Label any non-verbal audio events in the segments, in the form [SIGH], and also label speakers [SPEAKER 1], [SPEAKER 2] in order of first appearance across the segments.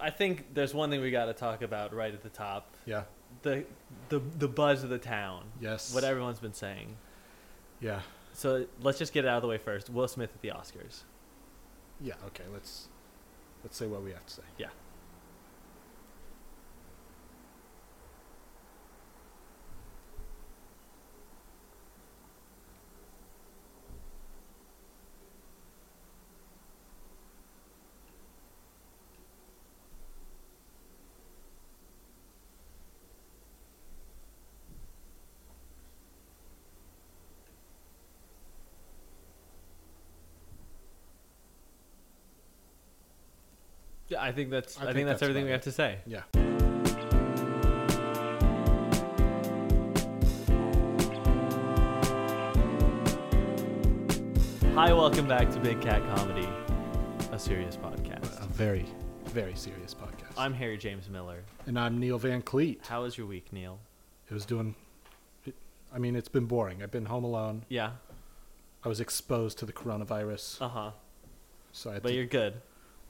[SPEAKER 1] I think there's one thing we got to talk about right at the top.
[SPEAKER 2] Yeah.
[SPEAKER 1] The the the buzz of the town.
[SPEAKER 2] Yes.
[SPEAKER 1] What everyone's been saying.
[SPEAKER 2] Yeah.
[SPEAKER 1] So let's just get it out of the way first. Will Smith at the Oscars.
[SPEAKER 2] Yeah. Okay. Let's let's say what we have to say.
[SPEAKER 1] Yeah. Yeah, I think that's
[SPEAKER 2] I
[SPEAKER 1] I, think,
[SPEAKER 2] think
[SPEAKER 1] that's,
[SPEAKER 2] that's
[SPEAKER 1] everything
[SPEAKER 2] about
[SPEAKER 1] we have
[SPEAKER 2] it.
[SPEAKER 1] to say.
[SPEAKER 2] Yeah.
[SPEAKER 1] Hi, welcome back to Big Cat Comedy, a serious podcast.
[SPEAKER 2] A very very serious podcast.
[SPEAKER 1] I'm Harry James Miller.
[SPEAKER 2] and I'm Neil Van Cleet.
[SPEAKER 1] How was your week, Neil?
[SPEAKER 2] It was doing. It, I mean, it's been boring. I've been home alone.
[SPEAKER 1] Yeah.
[SPEAKER 2] I was exposed to the coronavirus,
[SPEAKER 1] Uh huh.
[SPEAKER 2] so I had
[SPEAKER 1] But
[SPEAKER 2] to-
[SPEAKER 1] you're good.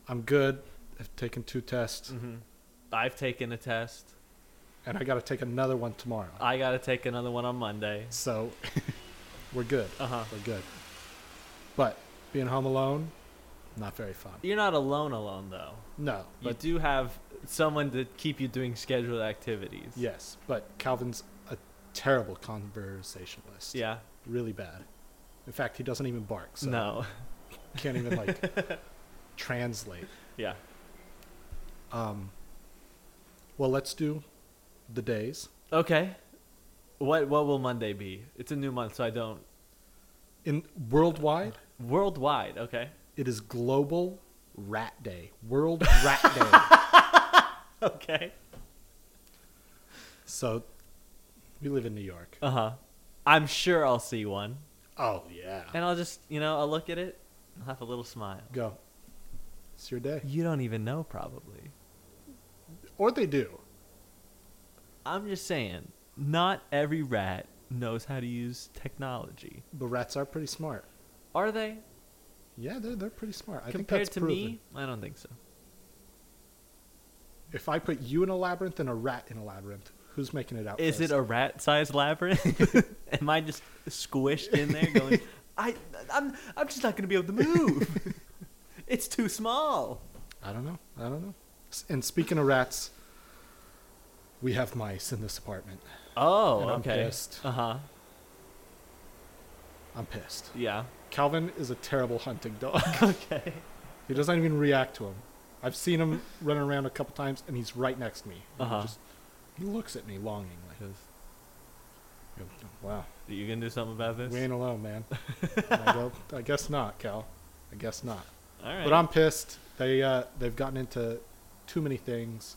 [SPEAKER 2] I'm good. I've taken two tests,
[SPEAKER 1] hmm I've taken a test.
[SPEAKER 2] and I got to take another one tomorrow.
[SPEAKER 1] I gotta take another one on Monday.
[SPEAKER 2] so [LAUGHS] we're good.
[SPEAKER 1] Uh huh.
[SPEAKER 2] We're good. But being home alone, not very fun.
[SPEAKER 1] You're not alone, alone though.
[SPEAKER 2] No,
[SPEAKER 1] You
[SPEAKER 2] but
[SPEAKER 1] do have someone to keep you doing scheduled activities.
[SPEAKER 2] yes, but Calvin's a terrible conversationalist.
[SPEAKER 1] Yeah.
[SPEAKER 2] really bad. In fact, he doesn't even bark. So
[SPEAKER 1] No.
[SPEAKER 2] can't even like translate.
[SPEAKER 1] [LAUGHS] Yeah.
[SPEAKER 2] Um, well, let's do the days.
[SPEAKER 1] Okay. What What will Monday be? It's a new month, so I don't.
[SPEAKER 2] In worldwide,
[SPEAKER 1] Worldwide. Okay.
[SPEAKER 2] it is Global Rat Day. World
[SPEAKER 1] [LAUGHS]
[SPEAKER 2] Rat Day.
[SPEAKER 1] [LAUGHS] Okay.
[SPEAKER 2] So we live in New York.
[SPEAKER 1] Uh huh. I'm sure I'll see one,
[SPEAKER 2] Oh yeah.
[SPEAKER 1] and I'll just you know I'll look at it, I'll have a little smile.
[SPEAKER 2] Go. It's your day.
[SPEAKER 1] You don't even know probably.
[SPEAKER 2] Or they do.
[SPEAKER 1] I'm just saying, not every rat knows how to use technology.
[SPEAKER 2] But rats are pretty smart.
[SPEAKER 1] Are they?
[SPEAKER 2] Yeah, they're they're pretty smart. I think
[SPEAKER 1] Compared
[SPEAKER 2] that's
[SPEAKER 1] to
[SPEAKER 2] proven.
[SPEAKER 1] me, I don't think so.
[SPEAKER 2] If I put you in a labyrinth and a rat in a labyrinth, who's making it out?
[SPEAKER 1] Is it
[SPEAKER 2] first?
[SPEAKER 1] a rat-sized [LAUGHS] labyrinth? Am I just squished in there going, [LAUGHS] I, I'm, I'm just not going to be able to move. [LAUGHS] it's too small.
[SPEAKER 2] I don't know. I don't know. S- And speaking of rats, we have mice in this apartment.
[SPEAKER 1] Oh,
[SPEAKER 2] And I'm
[SPEAKER 1] okay.
[SPEAKER 2] pissed.
[SPEAKER 1] Uh huh.
[SPEAKER 2] I'm pissed.
[SPEAKER 1] [LAUGHS] Yeah.
[SPEAKER 2] Calvin is a terrible hunting dog. [LAUGHS]
[SPEAKER 1] Okay.
[SPEAKER 2] he doesn't even react to him. I've seen him running around a couple times, and he's right next to me. He
[SPEAKER 1] Uh-huh.
[SPEAKER 2] just- he looks at me longingly. Go, Wow,
[SPEAKER 1] You gonna do something about this?
[SPEAKER 2] we ain't
[SPEAKER 1] [LAUGHS]
[SPEAKER 2] alone, man. And I go, I guess not, Cal. I guess not.
[SPEAKER 1] All right.
[SPEAKER 2] But I'm pissed. They uh, they've gotten into too many things.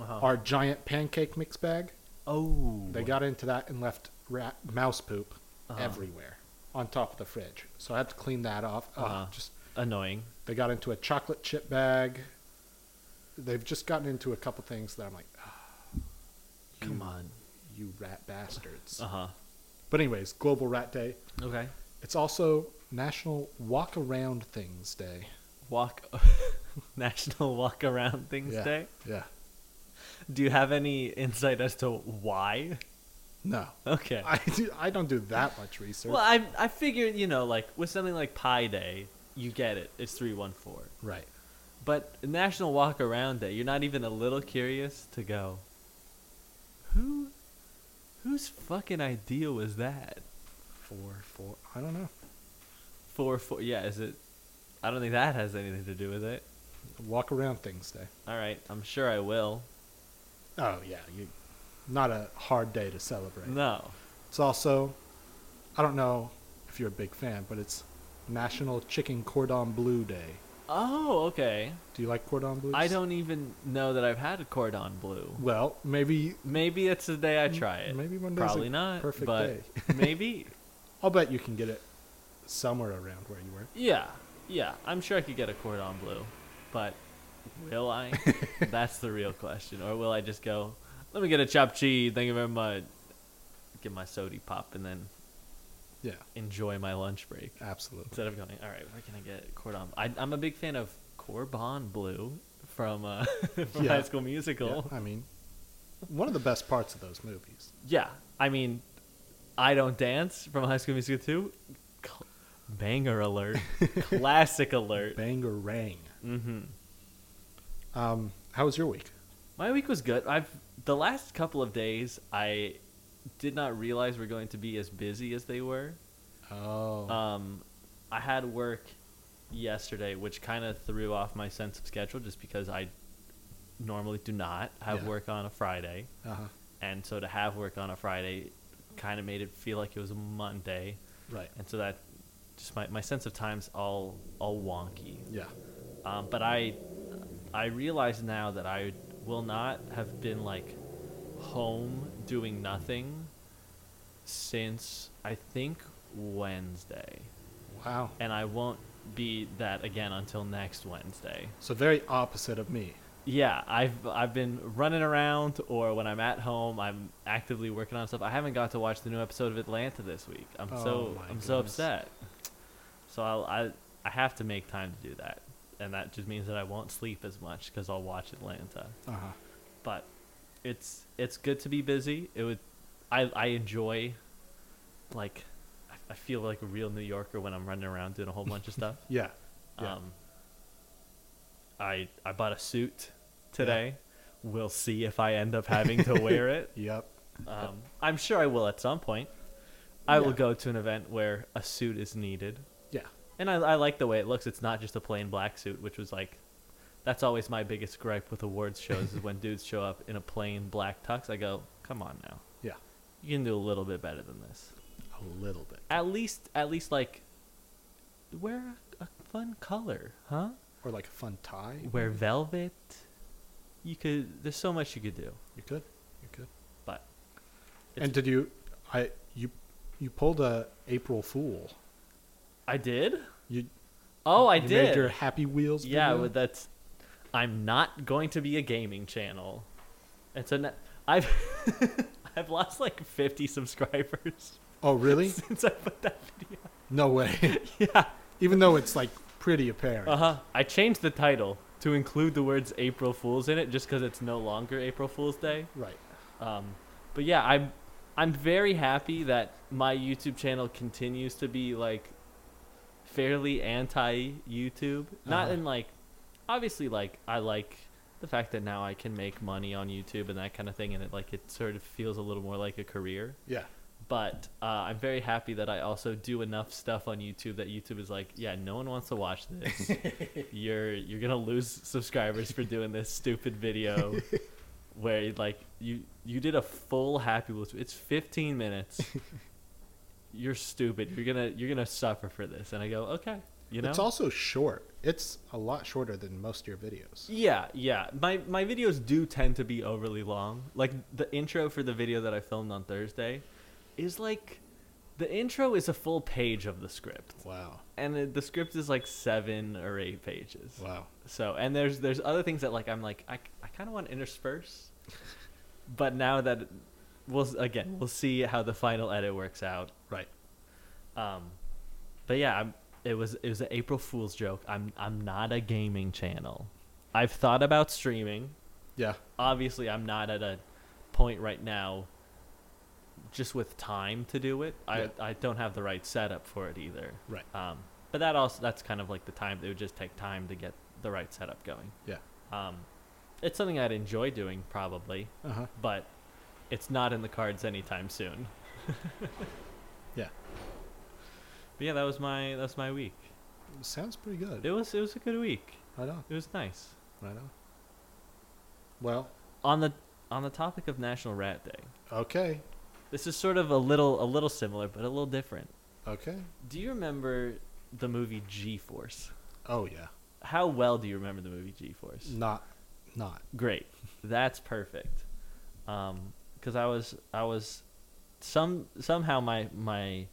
[SPEAKER 1] Uh-huh.
[SPEAKER 2] Our giant pancake mix bag.
[SPEAKER 1] oh.
[SPEAKER 2] They got into that and left rat, mouse poop
[SPEAKER 1] Uh-huh.
[SPEAKER 2] everywhere on top of the fridge. So I had to clean that off. Ugh,
[SPEAKER 1] Uh-huh.
[SPEAKER 2] Just
[SPEAKER 1] annoying.
[SPEAKER 2] they got into a chocolate chip bag. They've just gotten into a couple things that I'm like, "Ah,
[SPEAKER 1] Come
[SPEAKER 2] you-
[SPEAKER 1] on.
[SPEAKER 2] you rat bastards.
[SPEAKER 1] Uh huh.
[SPEAKER 2] But anyways, Global Rat Day.
[SPEAKER 1] Okay.
[SPEAKER 2] It's also National Walk Around Things Day.
[SPEAKER 1] Walk. [LAUGHS] National Walk Around Things
[SPEAKER 2] yeah.
[SPEAKER 1] Day.
[SPEAKER 2] Yeah.
[SPEAKER 1] Do you have any insight as to why?
[SPEAKER 2] No,
[SPEAKER 1] Okay.
[SPEAKER 2] [LAUGHS] I do, I don't do that much research.
[SPEAKER 1] Well, I I figure you know like with something like Pi Day, you get it. It's three one four.
[SPEAKER 2] Right.
[SPEAKER 1] But National Walk Around Day, you're not even a little curious to go. Who, whose fucking idea was that?
[SPEAKER 2] Four, four. I don't know.
[SPEAKER 1] Four four. Yeah, is it? I don't think that has anything to do with it.
[SPEAKER 2] Walk Around Things Day.
[SPEAKER 1] All right, I'm sure I will.
[SPEAKER 2] Oh yeah, you. Not a hard day to celebrate.
[SPEAKER 1] No.
[SPEAKER 2] It's also, I don't know if you're a big fan, but it's National Chicken Cordon Bleu Day.
[SPEAKER 1] Oh, okay.
[SPEAKER 2] Do you like cordon bleus?
[SPEAKER 1] I don't even know that I've had a cordon bleu.
[SPEAKER 2] Well, maybe
[SPEAKER 1] Maybe it's the day I try it.
[SPEAKER 2] maybe one day's
[SPEAKER 1] Probably
[SPEAKER 2] a
[SPEAKER 1] not.
[SPEAKER 2] perfect
[SPEAKER 1] but
[SPEAKER 2] day.
[SPEAKER 1] maybe.
[SPEAKER 2] I'll bet you can get it somewhere around where you work.
[SPEAKER 1] Yeah, yeah. I'm sure I could get a cordon bleu, but will
[SPEAKER 2] [LAUGHS]
[SPEAKER 1] I? That's the real question. Or will I just go? Let me get a chopped cheese. Thank you very much. Get my sody pop and then
[SPEAKER 2] Yeah,
[SPEAKER 1] enjoy my lunch break
[SPEAKER 2] absolutely.
[SPEAKER 1] instead of going. All right, where can I get cordon? I, I'm a big fan of cordon bleu from uh, [LAUGHS] from
[SPEAKER 2] Yeah.
[SPEAKER 1] High School Musical.
[SPEAKER 2] Yeah, I mean, one of the best parts of those movies.
[SPEAKER 1] Yeah, I mean, I don't dance from High School Musical two. Cl- banger
[SPEAKER 2] [LAUGHS]
[SPEAKER 1] alert, classic alert.
[SPEAKER 2] Bangarang.
[SPEAKER 1] hmm
[SPEAKER 2] Um, how was your week?
[SPEAKER 1] My week was good. I've the last couple of days I did not realize we're going to be as busy as they were.
[SPEAKER 2] Oh,
[SPEAKER 1] Um, I had work yesterday, which kind of threw off my sense of schedule, just because I normally do not have
[SPEAKER 2] Yeah.
[SPEAKER 1] work on a Friday,
[SPEAKER 2] uh-huh.
[SPEAKER 1] and so to have work on a Friday kind of made it feel like it was a Monday.
[SPEAKER 2] right.
[SPEAKER 1] and so that just my, my sense of time's all all wonky
[SPEAKER 2] Yeah,
[SPEAKER 1] um, but i i realize now that i will not have been like home doing nothing since i think wednesday
[SPEAKER 2] wow.
[SPEAKER 1] and i won't be that again until next wednesday
[SPEAKER 2] So very opposite of me.
[SPEAKER 1] yeah i've i've been running around or when i'm at home i'm actively working on stuff i haven't got to watch the new episode of atlanta this week i'm
[SPEAKER 2] Oh
[SPEAKER 1] so
[SPEAKER 2] my
[SPEAKER 1] i'm so
[SPEAKER 2] goodness.
[SPEAKER 1] upset so I'll, i i have to make time to do that and that just means that i won't sleep as much because i'll watch atlanta
[SPEAKER 2] Uh huh.
[SPEAKER 1] but it's it's good to be busy it would i i enjoy like I- i feel like a real new yorker when i'm running around doing a whole bunch of stuff
[SPEAKER 2] Yeah. Yeah.
[SPEAKER 1] um, I I bought a suit today. We'll see if I end up having
[SPEAKER 2] [LAUGHS]
[SPEAKER 1] to wear it.
[SPEAKER 2] Yep.
[SPEAKER 1] Um, I'm sure I will at some point. I will
[SPEAKER 2] Yeah.
[SPEAKER 1] go to an event where a suit is needed,
[SPEAKER 2] Yeah.
[SPEAKER 1] and I, I like the way it looks. It's not just a plain black suit, which was like, that's always my biggest gripe with awards shows is when dudes show up in a plain black tux. I go, come on now,
[SPEAKER 2] Yeah.
[SPEAKER 1] you can do a little bit better than this.
[SPEAKER 2] A little bit.
[SPEAKER 1] At least, at least like, wear a, a fun color, huh?
[SPEAKER 2] Or like a fun tie.
[SPEAKER 1] wear velvet. You could. There's so much you could do,
[SPEAKER 2] You could. You could.
[SPEAKER 1] but
[SPEAKER 2] and did you? I you you pulled a April Fool.
[SPEAKER 1] I did.
[SPEAKER 2] You.
[SPEAKER 1] Oh, I
[SPEAKER 2] you
[SPEAKER 1] did.
[SPEAKER 2] Made your Happy Wheels.
[SPEAKER 1] yeah,
[SPEAKER 2] video?
[SPEAKER 1] with that. I'm not going to be a gaming channel, and so now, I've [LAUGHS] I've lost like 50 subscribers [LAUGHS]
[SPEAKER 2] Oh really?
[SPEAKER 1] since I put that video.
[SPEAKER 2] No way. [LAUGHS]
[SPEAKER 1] Yeah.
[SPEAKER 2] Even though it's like pretty apparent.
[SPEAKER 1] Uh huh. I changed the title to include the words April Fools in it, just because it's no longer April Fool's Day.
[SPEAKER 2] Right.
[SPEAKER 1] Um, but yeah, I'm I'm very happy that my YouTube channel continues to be like fairly anti YouTube. Not
[SPEAKER 2] Uh-huh.
[SPEAKER 1] in like obviously like I like the fact that now I can make money on YouTube and that kind of thing, and it like it sort of feels a little more like a career.
[SPEAKER 2] Yeah.
[SPEAKER 1] But uh, I'm very happy that I also do enough stuff on YouTube that YouTube is like, yeah, no one wants to watch this. you're you're gonna lose subscribers for doing this stupid video, where like you you did a full Happy Wheels. It's 15 minutes. you're stupid. You're gonna you're gonna suffer for this. And I go, okay, you know.
[SPEAKER 2] It's also short. It's a lot shorter than most of your videos.
[SPEAKER 1] Yeah, yeah. My my videos do tend to be overly long. Like the intro for the video that I filmed on Thursday is like the intro is a full page of the script.
[SPEAKER 2] Wow.
[SPEAKER 1] And the, the script is like 7 or 8 pages.
[SPEAKER 2] Wow.
[SPEAKER 1] So, and there's there's other things that like I'm like I I kind of want to intersperse. but now that we'll s- again, we'll see how the final edit works out.
[SPEAKER 2] Right.
[SPEAKER 1] Um but yeah, I'm, it was it was an April Fool's joke. I'm I'm not a gaming channel. I've thought about streaming
[SPEAKER 2] Yeah.
[SPEAKER 1] obviously I'm not at a point right now just with time to do it. I,
[SPEAKER 2] Yeah.
[SPEAKER 1] I don't have the right setup for it either.
[SPEAKER 2] Right.
[SPEAKER 1] Um, but that also that's kind of like the time it would just take time to get the right setup going.
[SPEAKER 2] Yeah.
[SPEAKER 1] Um, it's something I'd enjoy doing probably,
[SPEAKER 2] Uh huh.
[SPEAKER 1] but it's not in the cards anytime soon. [LAUGHS]
[SPEAKER 2] Yeah.
[SPEAKER 1] But yeah, that was my that was my week.
[SPEAKER 2] Sounds pretty good.
[SPEAKER 1] It was it was a good week.
[SPEAKER 2] Right on.
[SPEAKER 1] It was nice.
[SPEAKER 2] Right on. Well,
[SPEAKER 1] On the on the topic of National Rat Day.
[SPEAKER 2] okay.
[SPEAKER 1] This is sort of a little a little similar, but a little different.
[SPEAKER 2] Okay.
[SPEAKER 1] Do you remember the movie G Force?
[SPEAKER 2] Oh yeah.
[SPEAKER 1] How well do you remember the movie G Force?
[SPEAKER 2] Not not.
[SPEAKER 1] Great, that's perfect. Because I was I was some somehow my my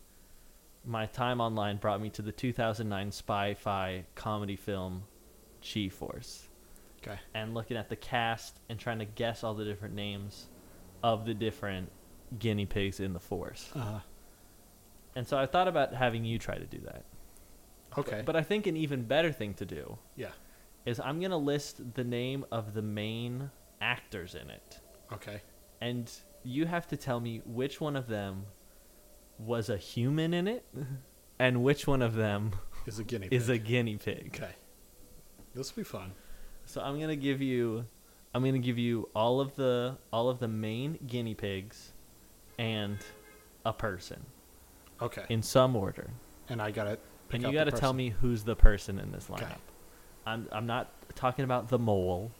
[SPEAKER 1] my time online brought me to the 2009 spy-fi comedy film G Force,
[SPEAKER 2] Okay.
[SPEAKER 1] and looking at the cast and trying to guess all the different names of the different guinea pigs in the force.
[SPEAKER 2] Uh
[SPEAKER 1] And so I thought about having you try to do that.
[SPEAKER 2] okay.
[SPEAKER 1] But I think an even better thing to do
[SPEAKER 2] yeah.
[SPEAKER 1] is I'm gonna list the name of the main actors in it,
[SPEAKER 2] Okay.
[SPEAKER 1] and you have to tell me which one of them was a human in
[SPEAKER 2] [LAUGHS]
[SPEAKER 1] it, and which one of them
[SPEAKER 2] Is a guinea pig.
[SPEAKER 1] is a guinea pig.
[SPEAKER 2] Okay. This will be fun.
[SPEAKER 1] So I'm gonna give you, I'm gonna give you all of the all of the main guinea pigs, and a person
[SPEAKER 2] Okay.
[SPEAKER 1] in some order.
[SPEAKER 2] and I gotta pick
[SPEAKER 1] and
[SPEAKER 2] out
[SPEAKER 1] you got
[SPEAKER 2] the
[SPEAKER 1] to tell
[SPEAKER 2] person.
[SPEAKER 1] me who's the person in this lineup.
[SPEAKER 2] Okay.
[SPEAKER 1] I'm I'm not talking about the mole,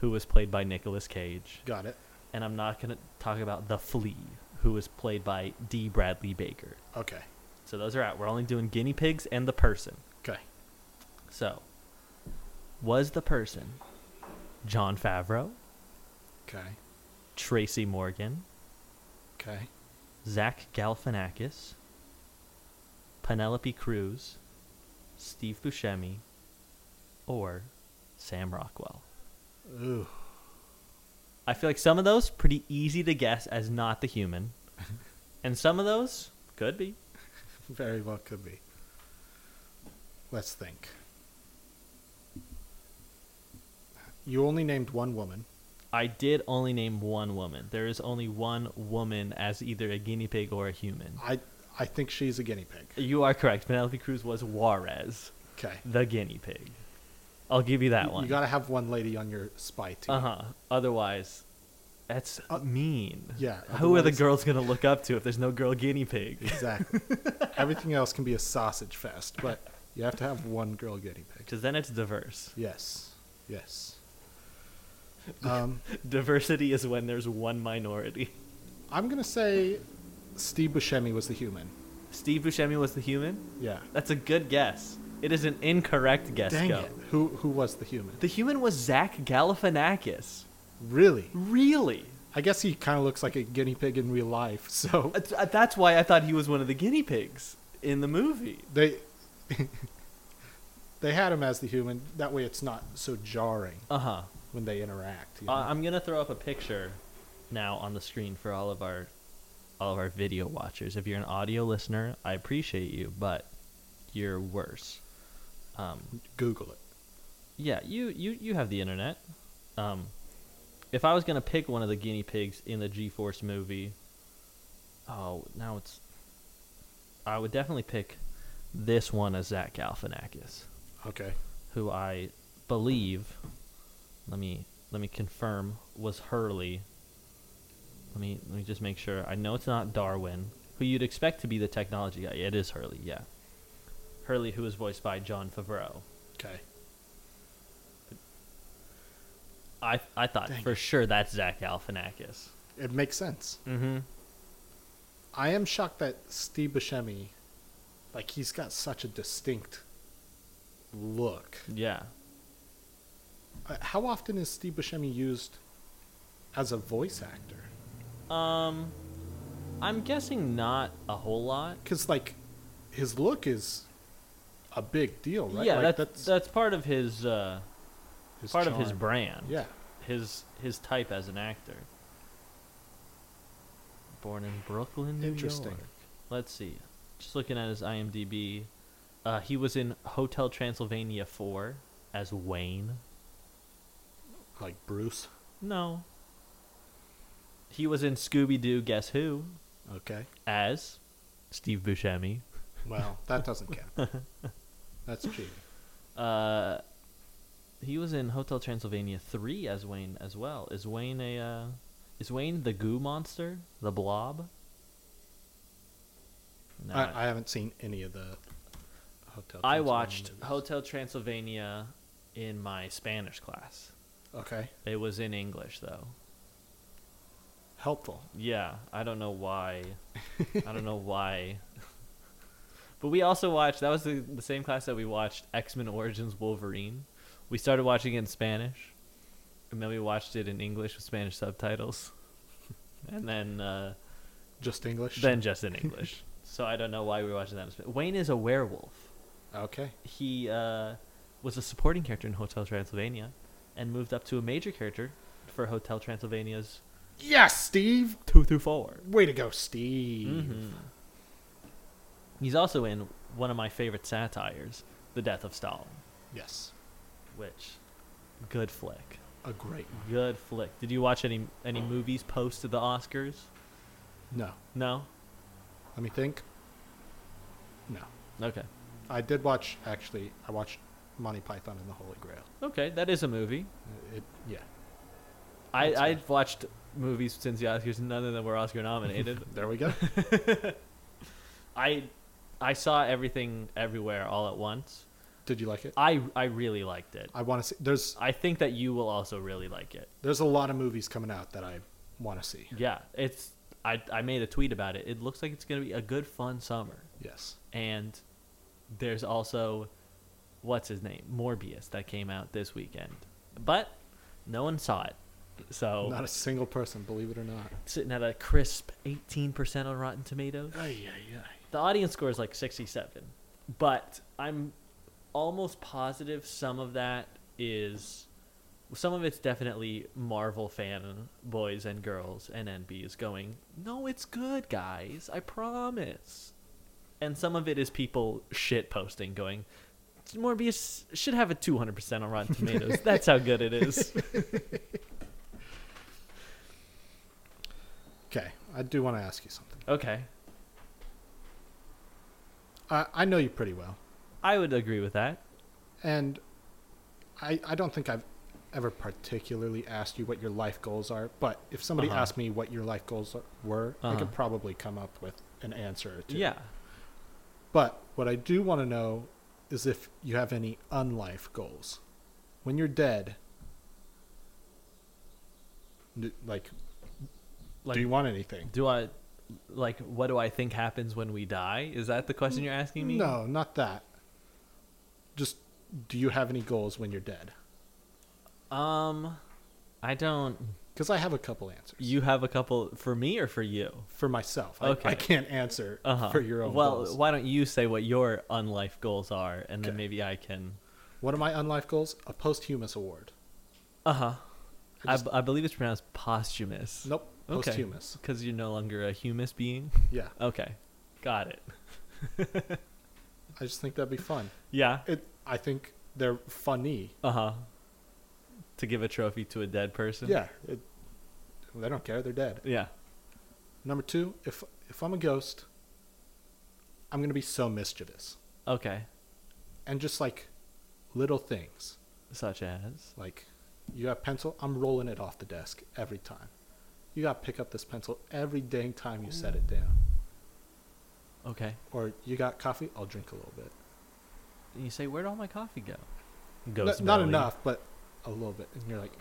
[SPEAKER 1] who was played by Nicolas Cage,
[SPEAKER 2] Got it.
[SPEAKER 1] and I'm not gonna talk about the flea, who was played by D. Bradley Baker.
[SPEAKER 2] Okay.
[SPEAKER 1] So those are out. We're only doing guinea pigs and the person.
[SPEAKER 2] Okay.
[SPEAKER 1] So, was the person John Favreau,
[SPEAKER 2] Okay.
[SPEAKER 1] Tracy Morgan,
[SPEAKER 2] Okay.
[SPEAKER 1] Zach Galifianakis, Penelope Cruz, Steve Buscemi, or Sam Rockwell.
[SPEAKER 2] Ooh. [LAUGHS]
[SPEAKER 1] I feel like some of those pretty easy to guess as not the
[SPEAKER 2] [LAUGHS]
[SPEAKER 1] human, and some of those could be.
[SPEAKER 2] Very well could be. Let's think. You only named one woman.
[SPEAKER 1] I did only name one woman. There is only one woman as either a guinea pig or a human.
[SPEAKER 2] I I think she's a guinea pig.
[SPEAKER 1] You are correct. Penelope Cruz was Juarez,
[SPEAKER 2] Okay.
[SPEAKER 1] the guinea pig. I'll give you that
[SPEAKER 2] You-
[SPEAKER 1] one.
[SPEAKER 2] You gotta have one lady on your spy team.
[SPEAKER 1] Uh huh. Otherwise, that's mean.
[SPEAKER 2] Uh, yeah,
[SPEAKER 1] [LAUGHS] Who are the
[SPEAKER 2] otherwise-
[SPEAKER 1] girls gonna look up to if there's no girl guinea pig? [LAUGHS]
[SPEAKER 2] Exactly. Everything else can be a sausage fest, but you have to have one girl guinea pig.
[SPEAKER 1] Because then it's diverse.
[SPEAKER 2] Yes. Yes. Um,
[SPEAKER 1] Diversity is when there's one minority.
[SPEAKER 2] I'm gonna say Steve Buscemi was the human.
[SPEAKER 1] Steve Buscemi was the human.
[SPEAKER 2] Yeah.
[SPEAKER 1] That's a good guess. It is an incorrect guess.
[SPEAKER 2] Dang
[SPEAKER 1] go.
[SPEAKER 2] it. Who who was the human?
[SPEAKER 1] The human was Zach Galifianakis.
[SPEAKER 2] Really?
[SPEAKER 1] Really?
[SPEAKER 2] I guess he kind of looks like a guinea pig in real life. [LAUGHS] So
[SPEAKER 1] That's- uh, That's why I thought he was one of the guinea pigs in the movie.
[SPEAKER 2] they [LAUGHS] they had him as the human. That way, it's not so jarring
[SPEAKER 1] Uh huh.
[SPEAKER 2] when they interact. you know?
[SPEAKER 1] Uh, I'm gonna throw up a picture now on the screen for all of our all of our video watchers. If you're an audio listener, I appreciate you, but you're worse. Um,
[SPEAKER 2] Google it.
[SPEAKER 1] yeah, you you you have the internet. Um, if I was gonna pick one of the guinea pigs in the G-force movie, oh, now it's. I would definitely pick this one as Zach Galifianakis
[SPEAKER 2] Okay.
[SPEAKER 1] who I believe let me let me confirm was Hurley. Let me let me just make sure. I know it's not Darwin, who you'd expect to be the technology guy. It is Hurley, yeah. Hurley who was voiced by John Favreau.
[SPEAKER 2] Okay.
[SPEAKER 1] I I thought
[SPEAKER 2] Dang
[SPEAKER 1] for
[SPEAKER 2] it.
[SPEAKER 1] sure that's Zach Galifianakis.
[SPEAKER 2] It makes sense.
[SPEAKER 1] Mhm.
[SPEAKER 2] I am shocked that Steve Buscemi, like he's got such a distinct look.
[SPEAKER 1] Yeah.
[SPEAKER 2] Uh, how often is Steve Buscemi used as a voice actor?
[SPEAKER 1] Um I'm guessing not a whole lot.
[SPEAKER 2] Because like his look is a big deal, right?
[SPEAKER 1] Yeah,
[SPEAKER 2] like,
[SPEAKER 1] Oh, that's, that's part of his uh
[SPEAKER 2] his
[SPEAKER 1] part of his
[SPEAKER 2] charm.
[SPEAKER 1] brand.
[SPEAKER 2] Yeah.
[SPEAKER 1] his his type as an actor. Born in Brooklyn, New
[SPEAKER 2] Interesting.
[SPEAKER 1] York. Let's see. Just looking at his IMDb, uh, he was in Hotel Transylvania 4 as Wayne.
[SPEAKER 2] Like Bruce.
[SPEAKER 1] No. He was in Scooby Doo Guess Who
[SPEAKER 2] Okay.
[SPEAKER 1] as Steve Buscemi.
[SPEAKER 2] Well, that doesn't count.
[SPEAKER 1] [LAUGHS]
[SPEAKER 2] That's cheating.
[SPEAKER 1] Uh, he was in Hotel Transylvania 3 as Wayne as well. Is Wayne a uh, is Wayne the goo monster? The blob? No,
[SPEAKER 2] I, I haven't seen any of the hotel.
[SPEAKER 1] I
[SPEAKER 2] Transylvania
[SPEAKER 1] watched
[SPEAKER 2] movies.
[SPEAKER 1] Hotel Transylvania in my Spanish class.
[SPEAKER 2] Okay,
[SPEAKER 1] It was in English though.
[SPEAKER 2] helpful.
[SPEAKER 1] Yeah, I don't know why. I don't know why. But we also watched. That was the, the same class that we watched X Men Origins Wolverine. We started watching it in Spanish, and then we watched it in English with Spanish subtitles, [LAUGHS] and then uh,
[SPEAKER 2] Just English.
[SPEAKER 1] then just in English. [LAUGHS] so I don't know why we were watching that. In Spanish. Wayne is a werewolf.
[SPEAKER 2] okay,
[SPEAKER 1] he uh, was a supporting character in Hotel Transylvania and moved up to a major character for Hotel Transylvania's
[SPEAKER 2] yes, Steve.
[SPEAKER 1] 2 through 4.
[SPEAKER 2] Way to go, Steve.
[SPEAKER 1] Mm-hmm. He's also in one of my favorite satires, The Death of Stalin,
[SPEAKER 2] Yes,
[SPEAKER 1] which Good flick.
[SPEAKER 2] A great one.
[SPEAKER 1] Good flick. Did you watch any any movies post the Oscars?
[SPEAKER 2] No.
[SPEAKER 1] No.
[SPEAKER 2] Let me think. No.
[SPEAKER 1] Okay.
[SPEAKER 2] I did watch, actually, I watched Monty Python and the Holy Grail. Uh,
[SPEAKER 1] Okay, that is a movie.
[SPEAKER 2] It, yeah.
[SPEAKER 1] I
[SPEAKER 2] That's
[SPEAKER 1] I've watched movies since the Oscars. None of them were Oscar nominated.
[SPEAKER 2] [LAUGHS] There we go.
[SPEAKER 1] [LAUGHS] I I saw everything everywhere all at once.
[SPEAKER 2] did you like it?
[SPEAKER 1] I I really liked it.
[SPEAKER 2] I want to see. There's
[SPEAKER 1] I think that you will also really like it.
[SPEAKER 2] there's a lot of movies coming out that I want to see.
[SPEAKER 1] Yeah, it's I I made a tweet about it. It looks like it's going to be a good fun summer.
[SPEAKER 2] Yes.
[SPEAKER 1] And there's also what's his name? Morbius that came out this weekend. But no one saw it. So
[SPEAKER 2] Not a single person, believe it or not.
[SPEAKER 1] sitting at a crisp 18% on Rotten Tomatoes. The audience score is like 67. But I'm almost positive some of that is some of it's definitely Marvel fan boys and girls and NBs going, "No, it's good, guys. I promise." And some of it is people shit posting going, "Morbius should have a 200% on Rotten Tomatoes. That's how good it is."
[SPEAKER 2] Okay, I do want to ask you something.
[SPEAKER 1] okay.
[SPEAKER 2] I, I know you pretty well,
[SPEAKER 1] I would agree with that.
[SPEAKER 2] and I I don't think I've ever particularly asked you what your life goals are. But if somebody
[SPEAKER 1] Uh-huh.
[SPEAKER 2] asked me what your life goals are, were, I
[SPEAKER 1] Uh-huh.
[SPEAKER 2] could probably come up with an answer or two.
[SPEAKER 1] Yeah.
[SPEAKER 2] But what I do want to know is if you have any unlife goals. When you're dead, n- like,
[SPEAKER 1] Like
[SPEAKER 2] do you want anything?
[SPEAKER 1] Do I like what do I think happens when we die? Is that the question you're asking me?
[SPEAKER 2] No, not that. Just do you have any goals when you're dead?
[SPEAKER 1] Um I don't
[SPEAKER 2] Because I have a couple answers
[SPEAKER 1] you have a couple for me or for you?
[SPEAKER 2] for myself. I,
[SPEAKER 1] Okay.
[SPEAKER 2] I can't answer
[SPEAKER 1] Uh-huh.
[SPEAKER 2] for your own
[SPEAKER 1] well,
[SPEAKER 2] goals.
[SPEAKER 1] why don't you say what your unlife goals are and then
[SPEAKER 2] Okay.
[SPEAKER 1] maybe I can
[SPEAKER 2] What are my unlife goals? A posthumous award.
[SPEAKER 1] Uh-huh.
[SPEAKER 2] I
[SPEAKER 1] I,
[SPEAKER 2] just-
[SPEAKER 1] b- I believe it's pronounced posthumous.
[SPEAKER 2] Nope.
[SPEAKER 1] Okay.
[SPEAKER 2] Posthumous.
[SPEAKER 1] Cuz you're no longer a humus being.
[SPEAKER 2] Yeah.
[SPEAKER 1] Okay. Got it.
[SPEAKER 2] I just think that'd be fun.
[SPEAKER 1] Yeah.
[SPEAKER 2] It. I think they're funny.
[SPEAKER 1] Uh-huh. To give a trophy to a dead person?
[SPEAKER 2] Yeah. It, they don't care. They're dead.
[SPEAKER 1] Yeah.
[SPEAKER 2] Number two, if if I'm a ghost, I'm gonna be so mischievous
[SPEAKER 1] Okay.
[SPEAKER 2] and just like little things.
[SPEAKER 1] Such as
[SPEAKER 2] Like you got pencil, I'm rolling it off the desk every time. You got to pick up this pencil every dang time you set it down.
[SPEAKER 1] Okay.
[SPEAKER 2] Or you got coffee, I'll drink a little bit.
[SPEAKER 1] And you say, Where'd all my coffee go?
[SPEAKER 2] N-
[SPEAKER 1] Goes
[SPEAKER 2] not
[SPEAKER 1] belly.
[SPEAKER 2] enough, but a little bit. And you're like,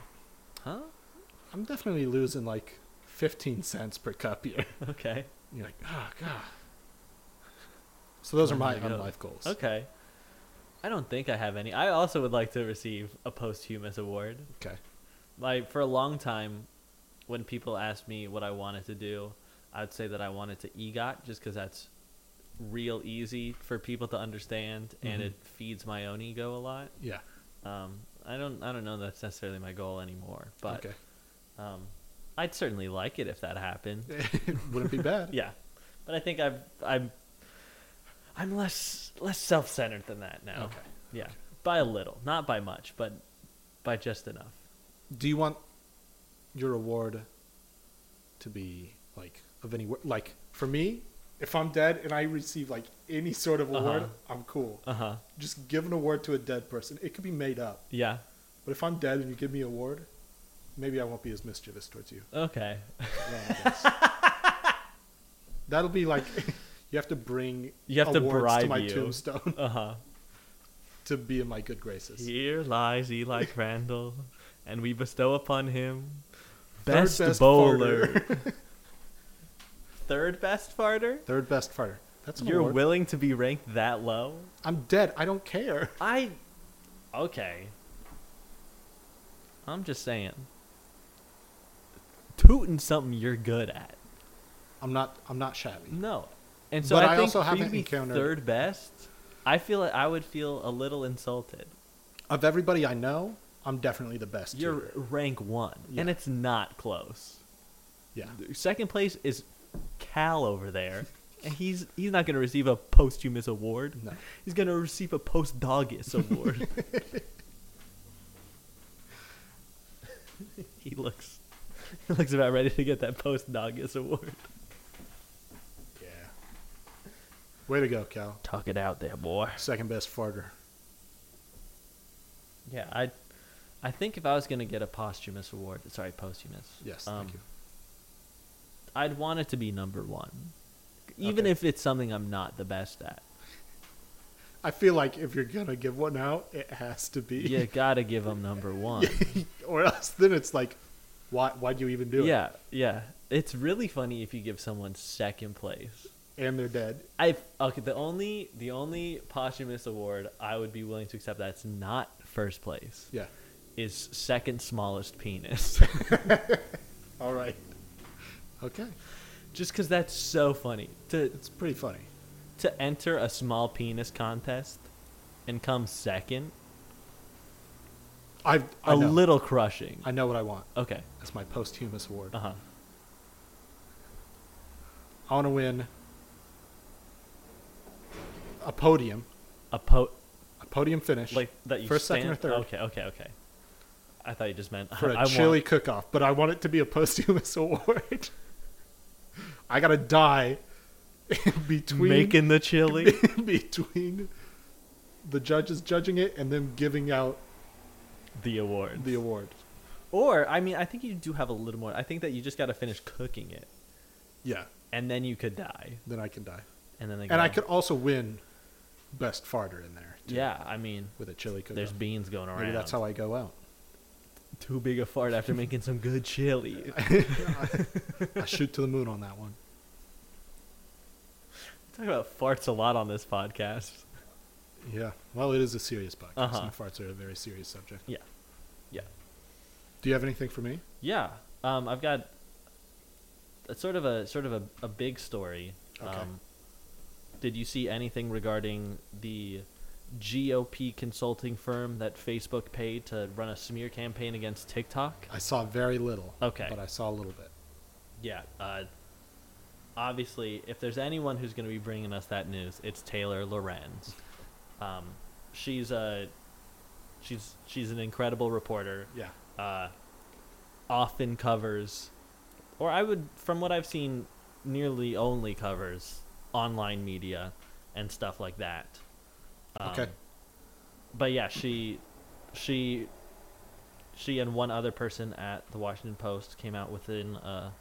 [SPEAKER 1] Huh? [LAUGHS]
[SPEAKER 2] I'm definitely losing like 15 cents per cup here. [LAUGHS]
[SPEAKER 1] Okay.
[SPEAKER 2] And you're like, oh god. So those are
[SPEAKER 1] Oh
[SPEAKER 2] my
[SPEAKER 1] my God.
[SPEAKER 2] unlife goals.
[SPEAKER 1] Okay. I don't think I have any. I also would like to receive a posthumous award.
[SPEAKER 2] Okay.
[SPEAKER 1] Like for a long time, when people asked me what I wanted to do, I'd say that I wanted to EGOT just because that's real easy for people to understand, and
[SPEAKER 2] Mhm.
[SPEAKER 1] it feeds my own ego a lot.
[SPEAKER 2] Yeah.
[SPEAKER 1] Um, I don't. I don't know. That's necessarily my goal anymore, but
[SPEAKER 2] okay. [LAUGHS]
[SPEAKER 1] um, I'd certainly like it if that happened.
[SPEAKER 2] Wouldn't be bad.
[SPEAKER 1] Yeah, but I think I've I'm I'm less less self centered than that now.
[SPEAKER 2] Okay.
[SPEAKER 1] Yeah, by a little, not by much, but by just enough.
[SPEAKER 2] Do you want your award to be like of any wor- like for me? If I'm dead and I receive like any sort of award,
[SPEAKER 1] Uh-huh.
[SPEAKER 2] I'm cool.
[SPEAKER 1] Uh huh.
[SPEAKER 2] Just give an award to a dead person. It could be made up,
[SPEAKER 1] Yeah.
[SPEAKER 2] but if I'm dead and you give me an award, maybe I won't be as mischievous
[SPEAKER 1] [LAUGHS]
[SPEAKER 2] towards you.
[SPEAKER 1] Okay.
[SPEAKER 2] Yeah, I guess. That'll be like [LAUGHS] you have to bring
[SPEAKER 1] You have to
[SPEAKER 2] awards
[SPEAKER 1] bribe
[SPEAKER 2] to my
[SPEAKER 1] you.
[SPEAKER 2] tombstone [LAUGHS]
[SPEAKER 1] Uh huh.
[SPEAKER 2] to be in my good graces.
[SPEAKER 1] Here lies [LAUGHS] Eli Crandall, and we bestow upon him
[SPEAKER 2] Third
[SPEAKER 1] best,
[SPEAKER 2] best
[SPEAKER 1] bowler, [LAUGHS] third best farter.
[SPEAKER 2] Third best fighter. That's an
[SPEAKER 1] You're
[SPEAKER 2] award.
[SPEAKER 1] willing to be ranked that low?
[SPEAKER 2] I'm dead. I don't care.
[SPEAKER 1] I. Okay. I'm just saying. Tooting something you're good at.
[SPEAKER 2] I'm not. I'm not shabby.
[SPEAKER 1] No. And so
[SPEAKER 2] But
[SPEAKER 1] I,
[SPEAKER 2] I
[SPEAKER 1] think
[SPEAKER 2] also
[SPEAKER 1] for you to
[SPEAKER 2] haven't
[SPEAKER 1] be
[SPEAKER 2] encountered-
[SPEAKER 1] third best. I feel like I would feel a little insulted.
[SPEAKER 2] Of everybody I know, I'm definitely the best.
[SPEAKER 1] You're
[SPEAKER 2] tutor.
[SPEAKER 1] rank one, and
[SPEAKER 2] Yeah.
[SPEAKER 1] it's not close.
[SPEAKER 2] Yeah.
[SPEAKER 1] Second place is Cal over there, and he's he's not going to receive a posthumous award.
[SPEAKER 2] No. [LAUGHS]
[SPEAKER 1] He's going to receive a postdogus award. He looks he looks about ready to get that post Nagas award.
[SPEAKER 2] Yeah. Way to go, Cal.
[SPEAKER 1] Talk it out there, boy.
[SPEAKER 2] Second best farter.
[SPEAKER 1] Yeah, I I think if I was gonna get a posthumous award sorry, posthumous.
[SPEAKER 2] Yes,
[SPEAKER 1] um,
[SPEAKER 2] thank you.
[SPEAKER 1] I'd want it to be number one. Even
[SPEAKER 2] Okay.
[SPEAKER 1] if it's something I'm not the best at.
[SPEAKER 2] I feel like if you're gonna give one out, it has to [LAUGHS] be
[SPEAKER 1] You gotta give them
[SPEAKER 2] [LAUGHS]
[SPEAKER 1] number one.
[SPEAKER 2] or else then it's like, why why'd you even do it?
[SPEAKER 1] yeah, yeah. It's really funny if you give someone second place.
[SPEAKER 2] And they're dead.
[SPEAKER 1] I okay. The only the only posthumous award I would be willing to accept that's not first place [LAUGHS]
[SPEAKER 2] Yeah. [LAUGHS]
[SPEAKER 1] is second smallest penis. [LAUGHS]
[SPEAKER 2] All right. Okay.
[SPEAKER 1] Just because that's so funny to
[SPEAKER 2] It's pretty funny.
[SPEAKER 1] to enter a small penis contest and come second.
[SPEAKER 2] I've I
[SPEAKER 1] A
[SPEAKER 2] know.
[SPEAKER 1] little crushing.
[SPEAKER 2] I know what I want.
[SPEAKER 1] Okay.
[SPEAKER 2] That's my posthumous award.
[SPEAKER 1] Uh huh.
[SPEAKER 2] I want to win a podium,
[SPEAKER 1] A po
[SPEAKER 2] a podium finish,
[SPEAKER 1] like that you
[SPEAKER 2] first, second, or
[SPEAKER 1] stand-
[SPEAKER 2] third
[SPEAKER 1] Okay, okay, okay. I thought you just meant
[SPEAKER 2] for
[SPEAKER 1] [LAUGHS]
[SPEAKER 2] a
[SPEAKER 1] I
[SPEAKER 2] chili
[SPEAKER 1] Want,
[SPEAKER 2] cook-off. But I want it to be a [LAUGHS] posthumous award. I gotta die in [LAUGHS] between
[SPEAKER 1] making the chili.
[SPEAKER 2] [LAUGHS] in between the judges judging it and them giving out
[SPEAKER 1] the award.
[SPEAKER 2] the award.
[SPEAKER 1] Or I mean, I think you do have a little more. I think that you just got to finish cooking it,
[SPEAKER 2] Yeah,
[SPEAKER 1] and then you could die,
[SPEAKER 2] then I can die,
[SPEAKER 1] and then they
[SPEAKER 2] and I
[SPEAKER 1] go-
[SPEAKER 2] could also win best farter in there. too,
[SPEAKER 1] Yeah, I mean,
[SPEAKER 2] with a chili cook-off.
[SPEAKER 1] there's beans going around.
[SPEAKER 2] Maybe that's how I go out. [LAUGHS]
[SPEAKER 1] Too big a fart after making some good
[SPEAKER 2] [LAUGHS]
[SPEAKER 1] chili.
[SPEAKER 2] I shoot to the moon on that one.
[SPEAKER 1] Talk about farts a lot on this podcast.
[SPEAKER 2] Yeah. Well, it is a serious podcast,
[SPEAKER 1] Uh-huh.
[SPEAKER 2] and farts are a very serious subject.
[SPEAKER 1] Yeah, yeah,
[SPEAKER 2] Do you have anything for me?
[SPEAKER 1] yeah. Um, I've got a sort of a sort of a, a big story.
[SPEAKER 2] Okay.
[SPEAKER 1] Um, did you see anything regarding the GOP consulting firm that Facebook paid to run a smear campaign against TikTok?
[SPEAKER 2] I saw very little.
[SPEAKER 1] Okay.
[SPEAKER 2] But I saw a little bit.
[SPEAKER 1] Yeah. Uh, obviously, if there's anyone who's going to be bringing us that news, it's Taylor Lorenz. Um, she's a she's she's an incredible reporter.
[SPEAKER 2] Yeah.
[SPEAKER 1] Uh, often covers, or I would, from what I've seen, nearly only covers online media and stuff like that. Um,
[SPEAKER 2] Okay.
[SPEAKER 1] But yeah, she she she and one other person at the Washington Post came out within uh,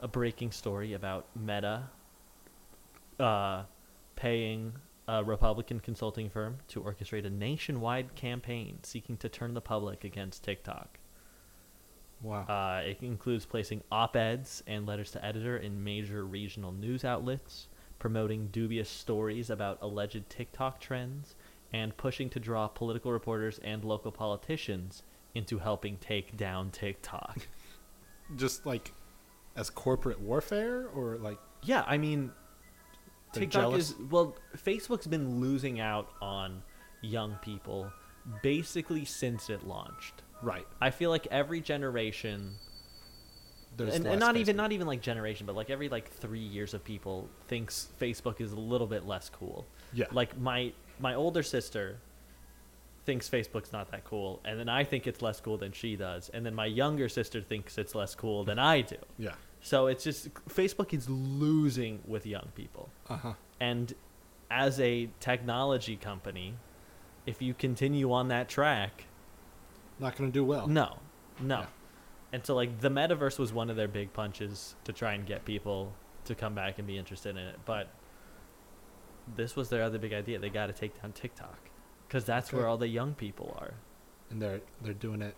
[SPEAKER 1] a breaking story about Meta uh, paying a Republican consulting firm to orchestrate a nationwide campaign seeking to turn the public against TikTok.
[SPEAKER 2] Wow.
[SPEAKER 1] Uh, it includes placing op eds and letters to editor in major regional news outlets, promoting dubious stories about alleged TikTok trends, and pushing to draw political reporters and local politicians into helping take down TikTok.
[SPEAKER 2] Just like as corporate warfare or like
[SPEAKER 1] [LAUGHS] yeah, I mean,
[SPEAKER 2] They're
[SPEAKER 1] TikTok
[SPEAKER 2] jealous?
[SPEAKER 1] is well, Facebook's been losing out on young people basically since it launched.
[SPEAKER 2] right.
[SPEAKER 1] I feel like every generation
[SPEAKER 2] There's
[SPEAKER 1] and, and
[SPEAKER 2] less
[SPEAKER 1] not even
[SPEAKER 2] Facebook.
[SPEAKER 1] not even like generation, but like every like three years of people thinks Facebook is a little bit less cool.
[SPEAKER 2] Yeah.
[SPEAKER 1] Like my my older sister thinks Facebook's not that cool, and then I think it's less cool than she does, and then my younger sister thinks it's less cool than I do.
[SPEAKER 2] Yeah.
[SPEAKER 1] So it's just Facebook is losing with young people.
[SPEAKER 2] Uh-huh.
[SPEAKER 1] And as a technology company, if you continue on that track,
[SPEAKER 2] Not going to do well.
[SPEAKER 1] no, no.
[SPEAKER 2] Oh. Yeah.
[SPEAKER 1] And so, like, the metaverse was one of their big punches to try and get people to come back and be interested in it. But this was their other big idea. They got to take down TikTok because that's
[SPEAKER 2] Okay.
[SPEAKER 1] where all the young people are
[SPEAKER 2] And they're they're doing it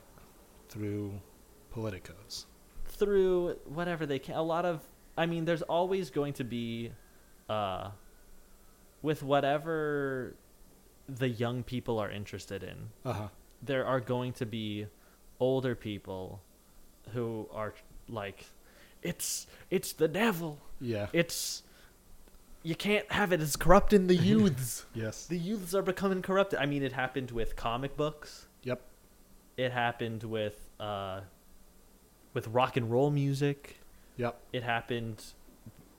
[SPEAKER 2] through politicos.
[SPEAKER 1] through whatever they can. A lot of, I mean, there's always going to be, uh, with whatever the young people are interested in,
[SPEAKER 2] Uh-huh.
[SPEAKER 1] there are going to be older people who are like it's it's the devil
[SPEAKER 2] Yeah.
[SPEAKER 1] it's you can't have it it's corrupting
[SPEAKER 2] [LAUGHS]
[SPEAKER 1] the youths
[SPEAKER 2] yes.
[SPEAKER 1] the youths are becoming corrupted i mean it happened with comic books
[SPEAKER 2] yep.
[SPEAKER 1] it happened with uh with rock and roll music
[SPEAKER 2] Yep.
[SPEAKER 1] it happened